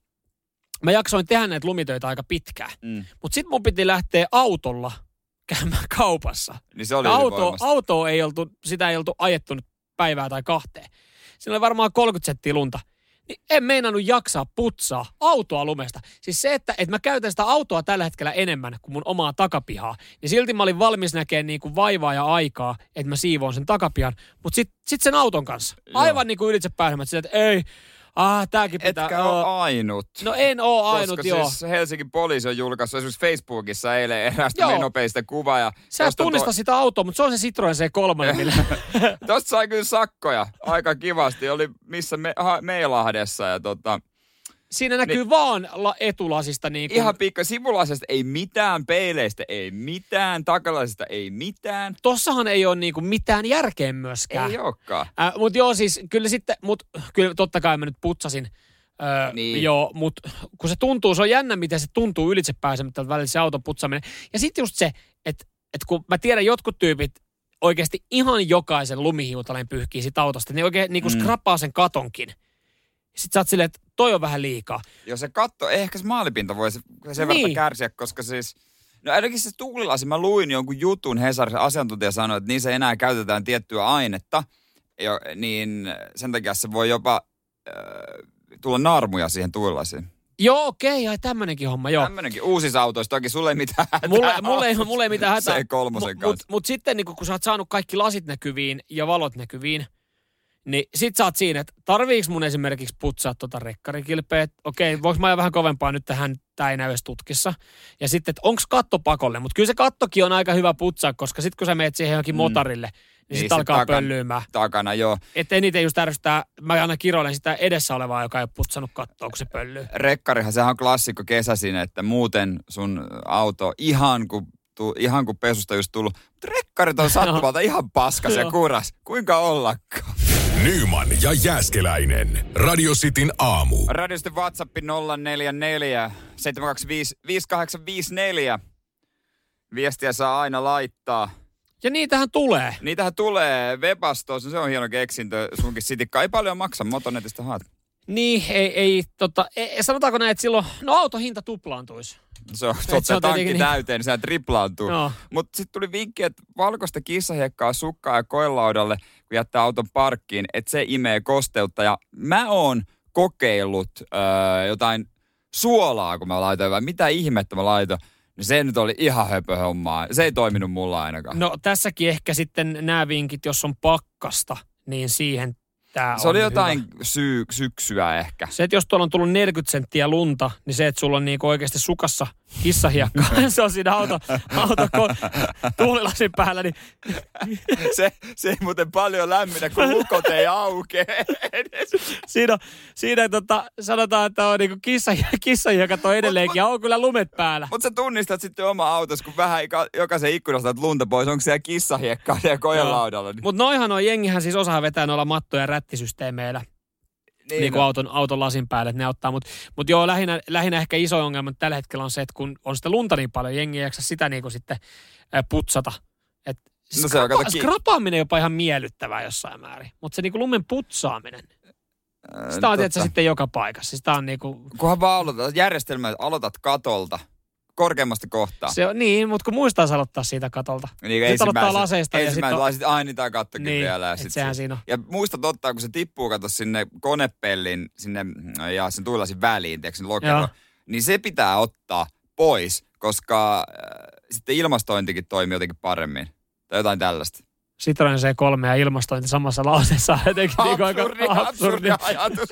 [SPEAKER 3] mä jaksoin tehdä näitä lumitöitä aika pitkään.
[SPEAKER 2] Mm.
[SPEAKER 3] Mutta sitten mun piti lähteä autolla käymään kaupassa.
[SPEAKER 2] Niin se oli
[SPEAKER 3] Auto,
[SPEAKER 2] ylivoimasta.
[SPEAKER 3] auto ei oltu, sitä ei oltu ajettu nyt päivää tai kahteen. Siinä oli varmaan 30 senttiä lunta. Niin en meinannut jaksaa putsaa autoa lumesta. Siis se, että, että mä käytän sitä autoa tällä hetkellä enemmän kuin mun omaa takapihaa. Ja silti mä olin valmis näkemään niin kuin vaivaa ja aikaa, niinku että mä siivoon sen takapihan. Mutta sitten sit sen auton kanssa. Aivan niin kuin ylitse pääsemättä sitä, että ei, Ah, tääkin pitää.
[SPEAKER 2] Etkä
[SPEAKER 3] oo.
[SPEAKER 2] ole ainut.
[SPEAKER 3] No en oo ainut,
[SPEAKER 2] Koska
[SPEAKER 3] joo.
[SPEAKER 2] siis Helsingin poliisi on julkaissut esimerkiksi Facebookissa eilen erästä
[SPEAKER 3] Joo.
[SPEAKER 2] menopeistä kuvaa. Ja
[SPEAKER 3] Sä et
[SPEAKER 2] tosta on Eh.
[SPEAKER 3] tunnista sitä autoa, mutta se on se Citroen C3, millä... [LAUGHS]
[SPEAKER 2] Tuo, tosta sai kyllä sakkoja aika kivasti. Oli missä me, ha, Meilahdessa ja tota,
[SPEAKER 3] Niin Siinä näkyy vaan la, etulasista niin kuin...
[SPEAKER 2] Niin. ihan pikka sivulaisesta ei mitään, peileistä ei mitään, takalaisesta ei mitään.
[SPEAKER 3] Tossahan ei ole niinku mitään järkeä myöskään.
[SPEAKER 2] Ei olekaan.
[SPEAKER 3] Äh, mutta joo, siis kyllä sitten, mut, kyllä totta kai mä nyt putsasin. Öö,
[SPEAKER 2] Niin.
[SPEAKER 3] niin. Joo, mutta kun se tuntuu, se on jännä, miten se tuntuu ylitse pääsemättä välillä se auton putsaminen. Ja sitten just se, että et kun mä tiedän jotkut tyypit oikeasti ihan jokaisen lumihiutaleen pyyhkii siitä autosta, niin oikein niinku
[SPEAKER 2] Mm.
[SPEAKER 3] mm. skrappaa sen katonkin. Sitten sä oot silleen, että toi on vähän liikaa.
[SPEAKER 2] Jos se katto, ehkä se maalipinta voi se- sen verran
[SPEAKER 3] Niin.
[SPEAKER 2] kärsiä, koska siis... No ainakin se tuulilasi, mä luin jonkun jutun, Hesarin asiantuntija sanoi, että niissä enää käytetään tiettyä ainetta, jo, niin sen takia se voi jopa äh, tulla naarmuja siihen tuulilasiin.
[SPEAKER 3] Joo, okei, ai tämmönenkin homma, joo.
[SPEAKER 2] Tämmöinenkin uusissa autoissa, toki sulle ei mitään hätää
[SPEAKER 3] No. Mulle, mulle, ei,
[SPEAKER 2] ole.
[SPEAKER 3] mulle ei mitään hätää.
[SPEAKER 2] Se kolmosen
[SPEAKER 3] Mut,
[SPEAKER 2] kanssa.
[SPEAKER 3] mut sitten niin kun, kun sä oot saanut kaikki lasit näkyviin ja valot näkyviin, niin sit sä oot siinä, että tarviiks mun esimerkiksi putsaa tota rekkarikilpeä, että okei, voiko mä ajaa vähän kovempaa nyt tähän, tää ei näy edes tutkissa. Ja sitten, että onks katto pakolle, mutta kyllä se kattokin on aika hyvä putsaa, koska sit kun sä meet siihen johonkin
[SPEAKER 2] Mm.
[SPEAKER 3] motarille, niin,
[SPEAKER 2] Niin
[SPEAKER 3] niin sit
[SPEAKER 2] se
[SPEAKER 3] alkaa
[SPEAKER 2] takan-
[SPEAKER 3] pöllyymään.
[SPEAKER 2] Takana, joo.
[SPEAKER 3] Että eniten just ärsyttää, mä aina kiroilen sitä edessä olevaa, joka ei ole putsannut kattoa, kun se pöllyy.
[SPEAKER 2] rekkarihan, sehän on klassikko kesäsin, että muuten sun auto ihan kuin Tu, ihan kuin pesusta just tullut. Mutta rekkarit
[SPEAKER 3] [LAUGHS]
[SPEAKER 2] on sattumalta ihan paskas ja
[SPEAKER 3] Joo.
[SPEAKER 2] kuras. Kuinka ollakaan?
[SPEAKER 1] Nyman ja Jääskeläinen. Radio Cityn aamu.
[SPEAKER 2] Radiosti WhatsApp 044 725 5854. Viestiä saa aina laittaa.
[SPEAKER 3] Ja niitähän tulee.
[SPEAKER 2] Niitähän tulee Webastoon, se on hieno keksintö. Sunkin sitikka ei paljon maksa, motonetista haat.
[SPEAKER 3] Niin, ei, ei, tota, ei, sanotaanko näin, että silloin, no autohinta tuplaantuisi. No,
[SPEAKER 2] Se on,
[SPEAKER 3] se on
[SPEAKER 2] totta, tankki
[SPEAKER 3] tietenkin niin.
[SPEAKER 2] täyteen, niin sehän triplaantuu.
[SPEAKER 3] Joo.
[SPEAKER 2] Mutta sitten tuli vinkki, että valkoista kissahiekkaa sukkaa ja koelaudalle, kun jättää auton parkkiin, että se imee kosteutta. Ja mä oon kokeillut öö, jotain suolaa, kun mä laitoin, vai mitä ihmettä mä laitoin. Niin se nyt oli ihan höpö hommaa. Se ei toiminut mulla ainakaan.
[SPEAKER 3] No tässäkin ehkä sitten nämä vinkit, jos on pakkasta, niin siihen tämä
[SPEAKER 2] se oli
[SPEAKER 3] No, on
[SPEAKER 2] jotain
[SPEAKER 3] Hyvä.
[SPEAKER 2] syy, syksyä ehkä. [LAUGHS]
[SPEAKER 3] Se, että jos tuolla on tullut 40 senttiä lunta, niin se, että sulla on niinku oikeasti sukassa kissahiekkaa, [LAUGHS] se on siinä auto, auto tuulilasin päällä, niin
[SPEAKER 2] Se, se ei muuten paljon lämmitä, kun lukot ei [LAUGHS] aukee edes.
[SPEAKER 3] siinä, siinä tota, sanotaan, että on niinku kissa, kissahiekka on edelleenkin ja on kyllä lumet päällä.
[SPEAKER 2] Mutta sä tunnistat sitten oma autos, kun vähän ika- jokaisen ikkunasta otat lunta pois. Onko siellä kissahiekkaa siellä kojelaudalla? Niin,
[SPEAKER 3] Mutta noihan on, jengihän siis osaa vetää noilla mattoja ja rättisysteemeillä. niin, niin kuin
[SPEAKER 2] no.
[SPEAKER 3] auton, auton lasin päälle, että ne auttaa. Mutta mut joo, lähinnä, lähinnä ehkä iso ongelma tällä hetkellä on se, että kun on sitä lunta niin paljon, jengi ei jaksa sitä niin kuin sitten äh, putsata. Et
[SPEAKER 2] No se on, kato,
[SPEAKER 3] skrapa-
[SPEAKER 2] ki-
[SPEAKER 3] skrapaaminen jopa ihan miellyttävää jossain määrin, mutta se niin kuin lumen putsaaminen,
[SPEAKER 2] Äh,
[SPEAKER 3] sitä on
[SPEAKER 2] totta.
[SPEAKER 3] tietysti sitten joka paikassa. Sitä on niin kuin,
[SPEAKER 2] Kunhan vaan aloitat, järjestelmä, että aloitat katolta, korkeammasta kohtaa.
[SPEAKER 3] se on, niin, mutta kun muistaa aloittaa siitä katolta.
[SPEAKER 2] niin,
[SPEAKER 3] sit aloittaa
[SPEAKER 2] ensimmäiset-
[SPEAKER 3] laseista ja sit
[SPEAKER 2] Ensimmäiset
[SPEAKER 3] on-
[SPEAKER 2] lasit, ai niin tää kattokin
[SPEAKER 3] Niin,
[SPEAKER 2] vielä. Ja,
[SPEAKER 3] et
[SPEAKER 2] sit
[SPEAKER 3] sehän
[SPEAKER 2] se-
[SPEAKER 3] siinä on.
[SPEAKER 2] ja muista totta, kun se tippuu, kato sinne konepellin sinne, mm, ja sen tuilasin väliin, tiedätkö, sinne lokero,
[SPEAKER 3] Joo.
[SPEAKER 2] niin se pitää ottaa pois, koska äh, sitten ilmastointikin toimii jotenkin paremmin. Tai jotain tällaista.
[SPEAKER 3] Citroen C3 ja ilmastointi samassa lauseessa on
[SPEAKER 2] [LAUGHS]
[SPEAKER 3] jotenkin niin kuin aika
[SPEAKER 2] Absurdi, absurdi
[SPEAKER 3] absurdi.
[SPEAKER 2] ajatus.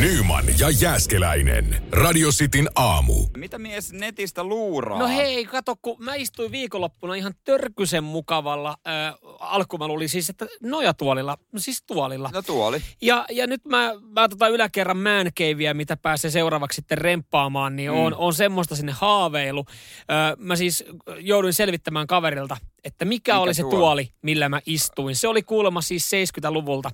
[SPEAKER 1] Nyman ja Jääskeläinen. Radio Cityn aamu.
[SPEAKER 2] Mitä mies netistä luuraa?
[SPEAKER 3] No hei, kato, kun mä istuin viikonloppuna ihan törkysen mukavalla, äh, alku mä luulin siis, että nojatuolilla, no siis tuolilla.
[SPEAKER 2] No tuoli.
[SPEAKER 3] Ja, ja nyt mä, mä tota yläkerran määnkeiviä, mitä pääsee seuraavaksi sitten remppaamaan,
[SPEAKER 2] Mm.
[SPEAKER 3] niin on, on semmoista sinne haaveilu. Ö, mä siis jouduin selvittämään kaverilta, että mikä,
[SPEAKER 2] Mikä
[SPEAKER 3] oli se
[SPEAKER 2] tuoli?
[SPEAKER 3] tuoli? millä mä istuin. Se oli kuulemma siis 70-luvulta.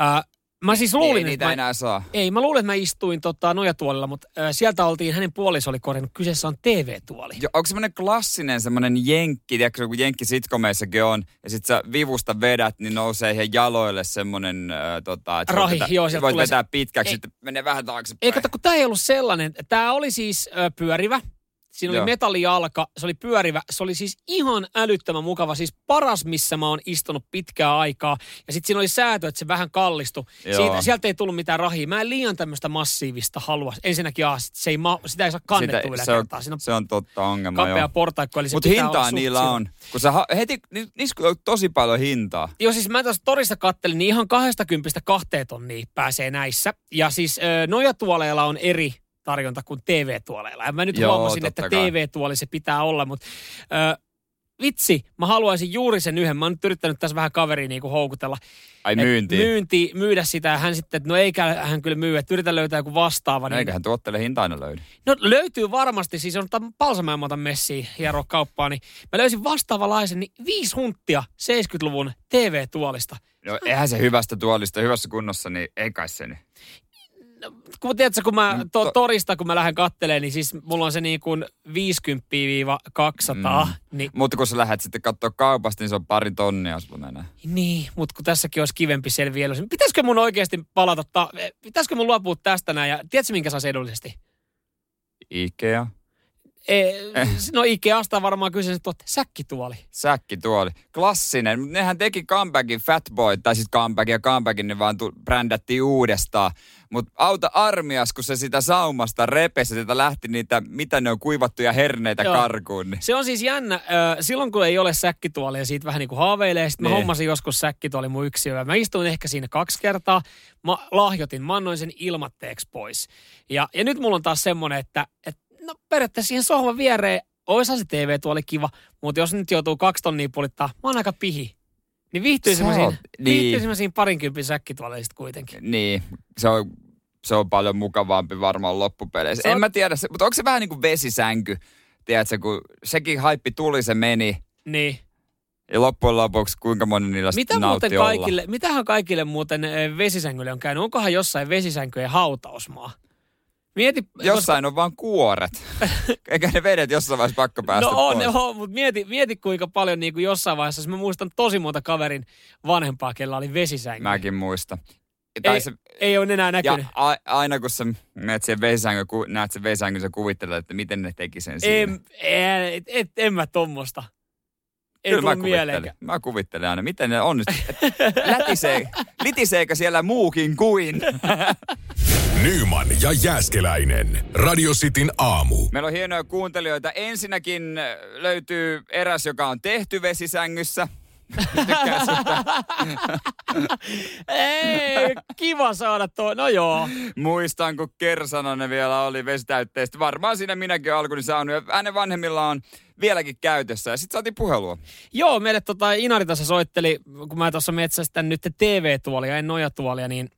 [SPEAKER 3] Ö, mä siis luulin,
[SPEAKER 2] Ei
[SPEAKER 3] että
[SPEAKER 2] niitä
[SPEAKER 3] mä,
[SPEAKER 2] enää saa.
[SPEAKER 3] ei, mä luulen, että mä istuin tota, nojatuolilla, mutta ö, sieltä oltiin, hänen puoliso oli korjannut, kyseessä on TV-tuoli.
[SPEAKER 2] Jo, onko semmoinen klassinen semmoinen jenkki, tiedätkö, kun jenkki sitkomeissakin on, ja sit sä vivusta vedät, niin nousee ihan jaloille semmoinen, äh, tota, että sä
[SPEAKER 3] Rahi,
[SPEAKER 2] voit vetää,
[SPEAKER 3] joo, sieltä
[SPEAKER 2] voit
[SPEAKER 3] tulee
[SPEAKER 2] vetää pitkäksi,
[SPEAKER 3] Ei.
[SPEAKER 2] sitten menee vähän taaksepäin.
[SPEAKER 3] Ei kato, kun tämä ei ollut sellainen. Tämä oli siis ö, pyörivä. Siinä oli
[SPEAKER 2] Joo.
[SPEAKER 3] metallijalka, se oli pyörivä, se oli siis ihan älyttömän mukava, siis paras, missä mä oon istunut pitkää aikaa. Ja sitten siinä oli säätö, että se vähän kallistui.
[SPEAKER 2] Joo.
[SPEAKER 3] Siitä, sieltä ei tullut mitään rahia. Mä en liian tämmöistä massiivista halua. Ensinnäkin aa, sit se ei ma- sitä ei saa kannettua sitä,
[SPEAKER 2] se, on,
[SPEAKER 3] yläkertaa. Siinä
[SPEAKER 2] se on totta
[SPEAKER 3] on
[SPEAKER 2] ongelma,
[SPEAKER 3] kapea
[SPEAKER 2] joo.
[SPEAKER 3] portaikko, eli se
[SPEAKER 2] Mutta
[SPEAKER 3] pitää
[SPEAKER 2] hintaa
[SPEAKER 3] olla suht
[SPEAKER 2] niillä
[SPEAKER 3] siinä.
[SPEAKER 2] on. Kun sä ha- heti, ni- niissä on tosi paljon hintaa.
[SPEAKER 3] Joo, siis mä tuossa torissa kattelin, niin ihan 20 kahteen tonnia pääsee näissä. Ja siis ö, nojatuoleilla on eri tarjonta kuin TV-tuoleilla. Ja mä nyt
[SPEAKER 2] Joo,
[SPEAKER 3] huomasin, että
[SPEAKER 2] totta kai.
[SPEAKER 3] TV-tuoli se pitää olla, mutta ö, vitsi, mä haluaisin juuri sen yhden. Mä oon nyt yrittänyt tässä vähän kaveri niinku houkutella.
[SPEAKER 2] Ai
[SPEAKER 3] Et
[SPEAKER 2] myyntiin.
[SPEAKER 3] myynti, myydä sitä. Ja hän sitten, että no eikä hän kyllä myy, että yritä löytää joku vastaava. Niin,
[SPEAKER 2] No, Eiköhän tuotteille hinta aina löydy.
[SPEAKER 3] No löytyy varmasti, siis on tam- Palsamäen mä otan messiin hieroa kauppaan, niin mä löysin vastaavanlaisen, niin viisi hunttia 70-luvun TV-tuolista.
[SPEAKER 2] No eihän se hyvästä tuolista, hyvässä kunnossa, niin ei kai se nyt.
[SPEAKER 3] kun, tiedätkö, kun mä
[SPEAKER 2] No,
[SPEAKER 3] to,
[SPEAKER 2] to-
[SPEAKER 3] torista, kun mä lähden katteleen, niin siis mulla on se niin kuin 50-200, mm. niin,
[SPEAKER 2] Mutta kun sä lähdet sitten katsoa kaupasta, niin se on pari tonnia sulla menee.
[SPEAKER 3] niin mutta kun tässäkin olisi kivempi selviä. edullisemmin. Pitäisikö mun oikeasti palata, ta- pitäisikö mun luopua tästä näin, ja tiedätkö minkä saisi edullisesti?
[SPEAKER 2] Ikea.
[SPEAKER 3] E, no Ikeasta on varmaan kyseessä tuotte, säkkituoli.
[SPEAKER 2] Säkkituoli. Klassinen. Mut Nehän teki comebackin Fatboy, tai siis comebackin ja comebackin, ne vaan tu- brändättiin uudestaan. Mutta auta armias, kun se sitä saumasta repesi, sitä lähti niitä, mitä ne on kuivattuja herneitä
[SPEAKER 3] Joo.
[SPEAKER 2] Joo. karkuun. Niin.
[SPEAKER 3] Se on siis jännä. ö, Silloin kun ei ole säkkituolia, siitä vähän niin kuin haaveilee. Sitten mä
[SPEAKER 2] Niin.
[SPEAKER 3] hommasin joskus säkkituoli mun yksiö. Mä istuin ehkä siinä kaksi kertaa. Mä lahjoitin, mä annoin sen ilmatteeksi pois. Ja, ja nyt mulla on taas semmonen, että, että no periaatteessa siihen sohvan viereen oisa se TV-tuoli kiva, mutta jos nyt joutuu kaksi tonnia pulittaa, mä oon aika pihi. Niin viihtyisin mä
[SPEAKER 2] Sä
[SPEAKER 3] siinä,
[SPEAKER 2] oot-
[SPEAKER 3] niin.
[SPEAKER 2] niin.
[SPEAKER 3] viihtyisin mä siinä parinkympin säkkituoleista kuitenkin.
[SPEAKER 2] niin. Se on, se on paljon mukavampi varmaan loppupeleissä.
[SPEAKER 3] Se
[SPEAKER 2] en
[SPEAKER 3] on-
[SPEAKER 2] mä tiedä, se, mutta onko se vähän niin kuin vesisänky? Tiedätkö, kun sekin haippi tuli, se meni.
[SPEAKER 3] Niin.
[SPEAKER 2] Ja loppujen lopuksi kuinka moni niillä
[SPEAKER 3] Mitä
[SPEAKER 2] sitten
[SPEAKER 3] muuten
[SPEAKER 2] nautti olla?
[SPEAKER 3] kaikille, mitähän kaikille muuten ö, vesisängylle on käynyt? Onkohan jossain vesisänkyjen hautausmaa? Mieti,
[SPEAKER 2] Jossain on vaan
[SPEAKER 3] [LAUGHS]
[SPEAKER 2] kuoret. Eikä ne vedet jossain vaiheessa pakko päästä
[SPEAKER 3] no on,
[SPEAKER 2] pois.
[SPEAKER 3] ne on, mutta mieti, mieti kuinka paljon niin kuin jossain vaiheessa, siis mä muistan tosi monta kaverin vanhempaa, kella oli vesisänky.
[SPEAKER 2] Mäkin muistan.
[SPEAKER 3] Ei, niin? se... ei ole enää
[SPEAKER 2] ja
[SPEAKER 3] näkynyt.
[SPEAKER 2] a, aina kun sä menet sen vesisängyn, ku, näet sen vesisängyn, sä kuvittelet, että miten ne teki sen siinä.
[SPEAKER 3] en, en, en, eh, en mä tommosta. Ei
[SPEAKER 2] Kyllä
[SPEAKER 3] tule
[SPEAKER 2] mä kuvittelen.
[SPEAKER 3] mieleenkään.
[SPEAKER 2] Mä kuvittelen aina, miten ne onnistuu.
[SPEAKER 3] [LAUGHS]
[SPEAKER 2] Lätisee, litiseekö siellä muukin kuin?
[SPEAKER 1] Nyman ja Jääskeläinen. Radio Cityn aamu.
[SPEAKER 2] Meillä on hienoja kuuntelijoita. Ensinnäkin äh, löytyy eräs, joka on tehty vesisängyssä. Tykkää sitä.
[SPEAKER 3] Ei, kiva saada tuo. No joo.
[SPEAKER 2] Muistan, kun Kersanonen vielä oli vesitäytteistä. Varmaan siinä minäkin olen alkuni saanut. Ja hänen vanhemmilla on vieläkin käytössä. Ja sitten saatiin puhelua.
[SPEAKER 3] Joo, meille tota, Inari tässä soitteli, kun mä tuossa metsästän nyt TV-tuolia, en nojatuolia, niin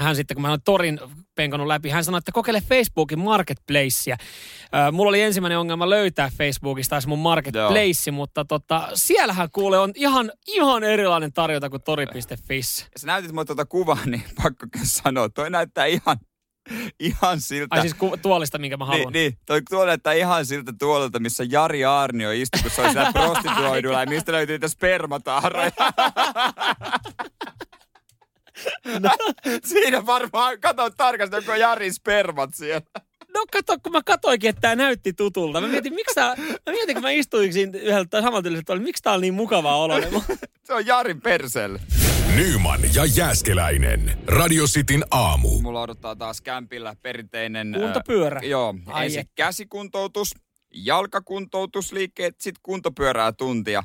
[SPEAKER 3] hän sitten, kun mä olen torin penkannut läpi, hän sanoi, että kokeile Facebookin marketplacea. Ö, mulla oli ensimmäinen ongelma löytää Facebookista taas mun marketplace, mutta tota, siellähän kuule on ihan, ihan erilainen tarjota kuin tori.fi.
[SPEAKER 2] Ja sä näytit mulle tuota kuvaa, niin [LAUGHS] pakko kyllä sanoa. Toi näyttää ihan, ihan siltä.
[SPEAKER 3] Ai siis ku, tuolista, minkä mä
[SPEAKER 2] niin,
[SPEAKER 3] haluan.
[SPEAKER 2] niin, toi tuo näyttää ihan siltä tuolelta, missä Jari Aarnio istui, kun se oli
[SPEAKER 3] [LAUGHS]
[SPEAKER 2] siellä prostituoidulla. ja mistä löytyy niitä spermataaroja.
[SPEAKER 3] No.
[SPEAKER 2] [LAUGHS] Siinä varmaan, kato tarkasti, onko Jarin spermat siellä.
[SPEAKER 3] No kato, kun mä katoinkin, että tämä näytti tutulta. Mä mietin, miksi tää, mä mietin, kun mä istuin siinä yhdellä tai samalla tyylisellä tuolilla, miksi tää on niin mukavaa olo.
[SPEAKER 2] Se on Jarin perselle.
[SPEAKER 1] Nyman ja Jääskeläinen. Radio Cityn aamu.
[SPEAKER 2] Mulla odottaa taas kämpillä perinteinen...
[SPEAKER 3] Kuntopyörä.
[SPEAKER 2] Ää, joo,
[SPEAKER 3] Ai
[SPEAKER 2] Ai ensin
[SPEAKER 3] että.
[SPEAKER 2] käsikuntoutus, jalkakuntoutusliikkeet, sitten kuntopyörää tuntia.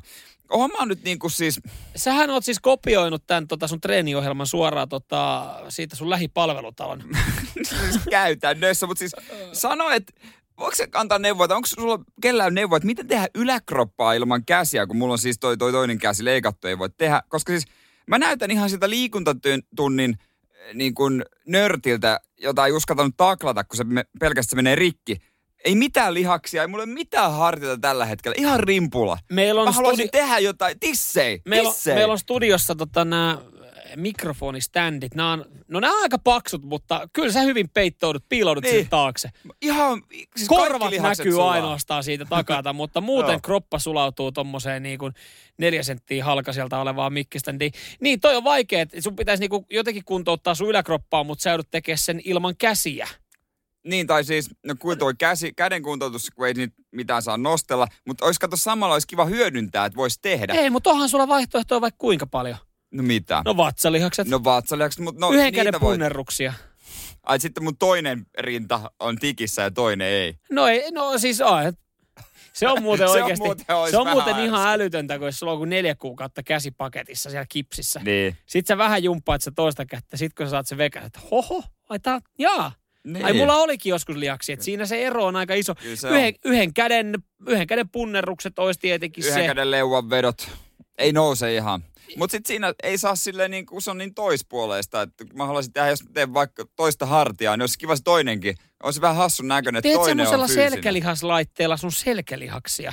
[SPEAKER 2] Oon mä nyt niinku siis,
[SPEAKER 3] Sähän oot siis kopioinut tämän tota sun treeniohjelman suoraan tota, siitä sun lähipalvelutalon.
[SPEAKER 2] [LAUGHS] siis käytännössä, mutta siis sano, että voiko se antaa neuvoa, onko sulla kellään neuvoa, että miten tehdä yläkroppaa ilman käsiä, kun mulla on siis toi, toi toinen käsi leikattu, ei voi tehdä, koska siis mä näytän ihan sitä liikuntatunnin eh, niin kuin nörtiltä, jota ei uskaltanut taklata, kun se me, pelkästään menee rikki. Ei mitään lihaksia, ei mulla ole mitään hartioita tällä hetkellä. Ihan rimpula.
[SPEAKER 3] Meillä on
[SPEAKER 2] Mä haluaisin
[SPEAKER 3] studi-
[SPEAKER 2] tehdä jotain. Tissei.
[SPEAKER 3] Meillä on,
[SPEAKER 2] tissei.
[SPEAKER 3] meillä on studiossa tota, nämä mikrofoniständit. Nää on, no nämä on aika paksut, mutta kyllä sä hyvin peittoudut, piiloudut niin.
[SPEAKER 2] Niin.
[SPEAKER 3] sinne taakse.
[SPEAKER 2] Ihan, siis kaikki
[SPEAKER 3] Korvat
[SPEAKER 2] lihakset
[SPEAKER 3] näkyy
[SPEAKER 2] sulaa.
[SPEAKER 3] ainoastaan siitä
[SPEAKER 2] [LAUGHS]
[SPEAKER 3] takata, mutta muuten
[SPEAKER 2] Joo.
[SPEAKER 3] kroppa sulautuu tommoseen niin kuin neljä senttiä halkaselta olevaan mikkiständiin. Niin toi on vaikea, että sun pitäisi niin kuin jotenkin kuntouttaa sun yläkroppaa, mutta sä joudut tekemään sen ilman käsiä.
[SPEAKER 2] Niin, tai siis, no kuin toi käsi, käden kuntoutus, kun ei niitä mitään saa nostella, mutta olisi kato samalla, olisi kiva hyödyntää, että voisi tehdä.
[SPEAKER 3] Ei, mutta onhan sulla vaihtoehtoja vaikka kuinka paljon.
[SPEAKER 2] No mitä?
[SPEAKER 3] No vatsalihakset. No,
[SPEAKER 2] No vatsalihakset, mutta no
[SPEAKER 3] Yhden käden
[SPEAKER 2] niitä voi...
[SPEAKER 3] punnerruksia.
[SPEAKER 2] Ai sitten mun toinen rinta on tikissä ja toinen ei.
[SPEAKER 3] No ei, no siis ai. Se on
[SPEAKER 2] [LAUGHS]
[SPEAKER 3] muuten
[SPEAKER 2] Se on
[SPEAKER 3] oikeasti,
[SPEAKER 2] muuten- ois
[SPEAKER 3] se on
[SPEAKER 2] vähän
[SPEAKER 3] muuten
[SPEAKER 2] ärsyt.
[SPEAKER 3] ihan älytöntä, kun jos sulla on kuin neljä kuukautta käsipaketissa siellä kipsissä. Niin.
[SPEAKER 2] Niin.
[SPEAKER 3] Sitten sä vähän jumppaat sitä toista kättä, sit kun sä saat sen vekäs, että hoho, ai tää, jaa.
[SPEAKER 2] niin.
[SPEAKER 3] Niin. Ai mulla olikin joskus liaksi, että siinä se ero on aika iso.
[SPEAKER 2] Kyllä se on.
[SPEAKER 3] Yhden, yhden, käden, yhden käden punnerrukset olisi tietenkin
[SPEAKER 2] Yhden
[SPEAKER 3] se.
[SPEAKER 2] käden leuan vedot. Ei nouse ihan. Mutta sitten siinä ei saa silleen, niin kun se on niin toispuoleista, että mä haluaisin tehdä, jos teen vaikka toista hartiaa, niin olisi kiva se toinenkin. On se vähän hassun näköinen, että
[SPEAKER 3] Teet
[SPEAKER 2] toinen
[SPEAKER 3] semmoisella
[SPEAKER 2] on fyysinen.
[SPEAKER 3] selkälihaslaitteella sun selkälihaksia.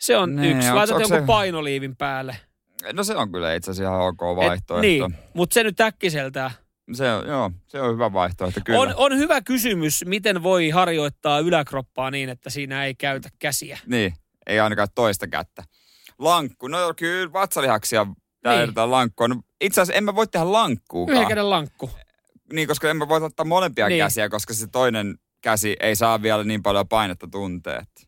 [SPEAKER 3] Se on
[SPEAKER 2] Niin,
[SPEAKER 3] yksi.
[SPEAKER 2] onks-
[SPEAKER 3] Laitat
[SPEAKER 2] onks
[SPEAKER 3] jonkun
[SPEAKER 2] se-
[SPEAKER 3] painoliivin päälle.
[SPEAKER 2] No se on kyllä itse asiassa ihan ok vaihtoehto.
[SPEAKER 3] niin, mutta se nyt äkkiseltään.
[SPEAKER 2] Se on, joo, se on hyvä vaihtoehto, kyllä.
[SPEAKER 3] On, on hyvä kysymys, miten voi harjoittaa yläkroppaa niin, että siinä ei käytä käsiä.
[SPEAKER 2] Niin, ei ainakaan toista kättä. Lankku, no kyllä vatsalihaksia täydetään niin. lankkua. No, itse asiassa en mä voi tehdä
[SPEAKER 3] Yhden
[SPEAKER 2] lankkuukaan.
[SPEAKER 3] käden lankku.
[SPEAKER 2] Niin, koska en mä voi ottaa molempia niin.
[SPEAKER 3] Niin.
[SPEAKER 2] käsiä, koska se toinen käsi ei saa vielä niin paljon painetta tuntea. Että,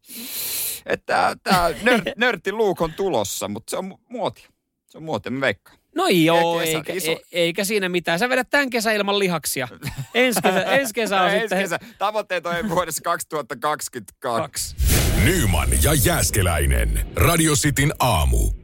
[SPEAKER 2] että tämä nör,
[SPEAKER 3] [LAUGHS]
[SPEAKER 2] nörtti luuk on tulossa, mutta se on mu- muotia. Se on muotia, mä veikkaan.
[SPEAKER 3] No joo,
[SPEAKER 2] kesä-
[SPEAKER 3] eikä,
[SPEAKER 2] iso-
[SPEAKER 3] e, eikä siinä mitään. Sä vedät tämän kesän
[SPEAKER 2] [LAUGHS]
[SPEAKER 3] ilman lihaksia. Ensi kesä, ensi kesä on
[SPEAKER 2] Ensi
[SPEAKER 3] sitten
[SPEAKER 2] kesä. Tavoitteet on vuodessa 2022.
[SPEAKER 3] kaksi.
[SPEAKER 1] Nyman ja Jääskeläinen. Radio Cityn aamu.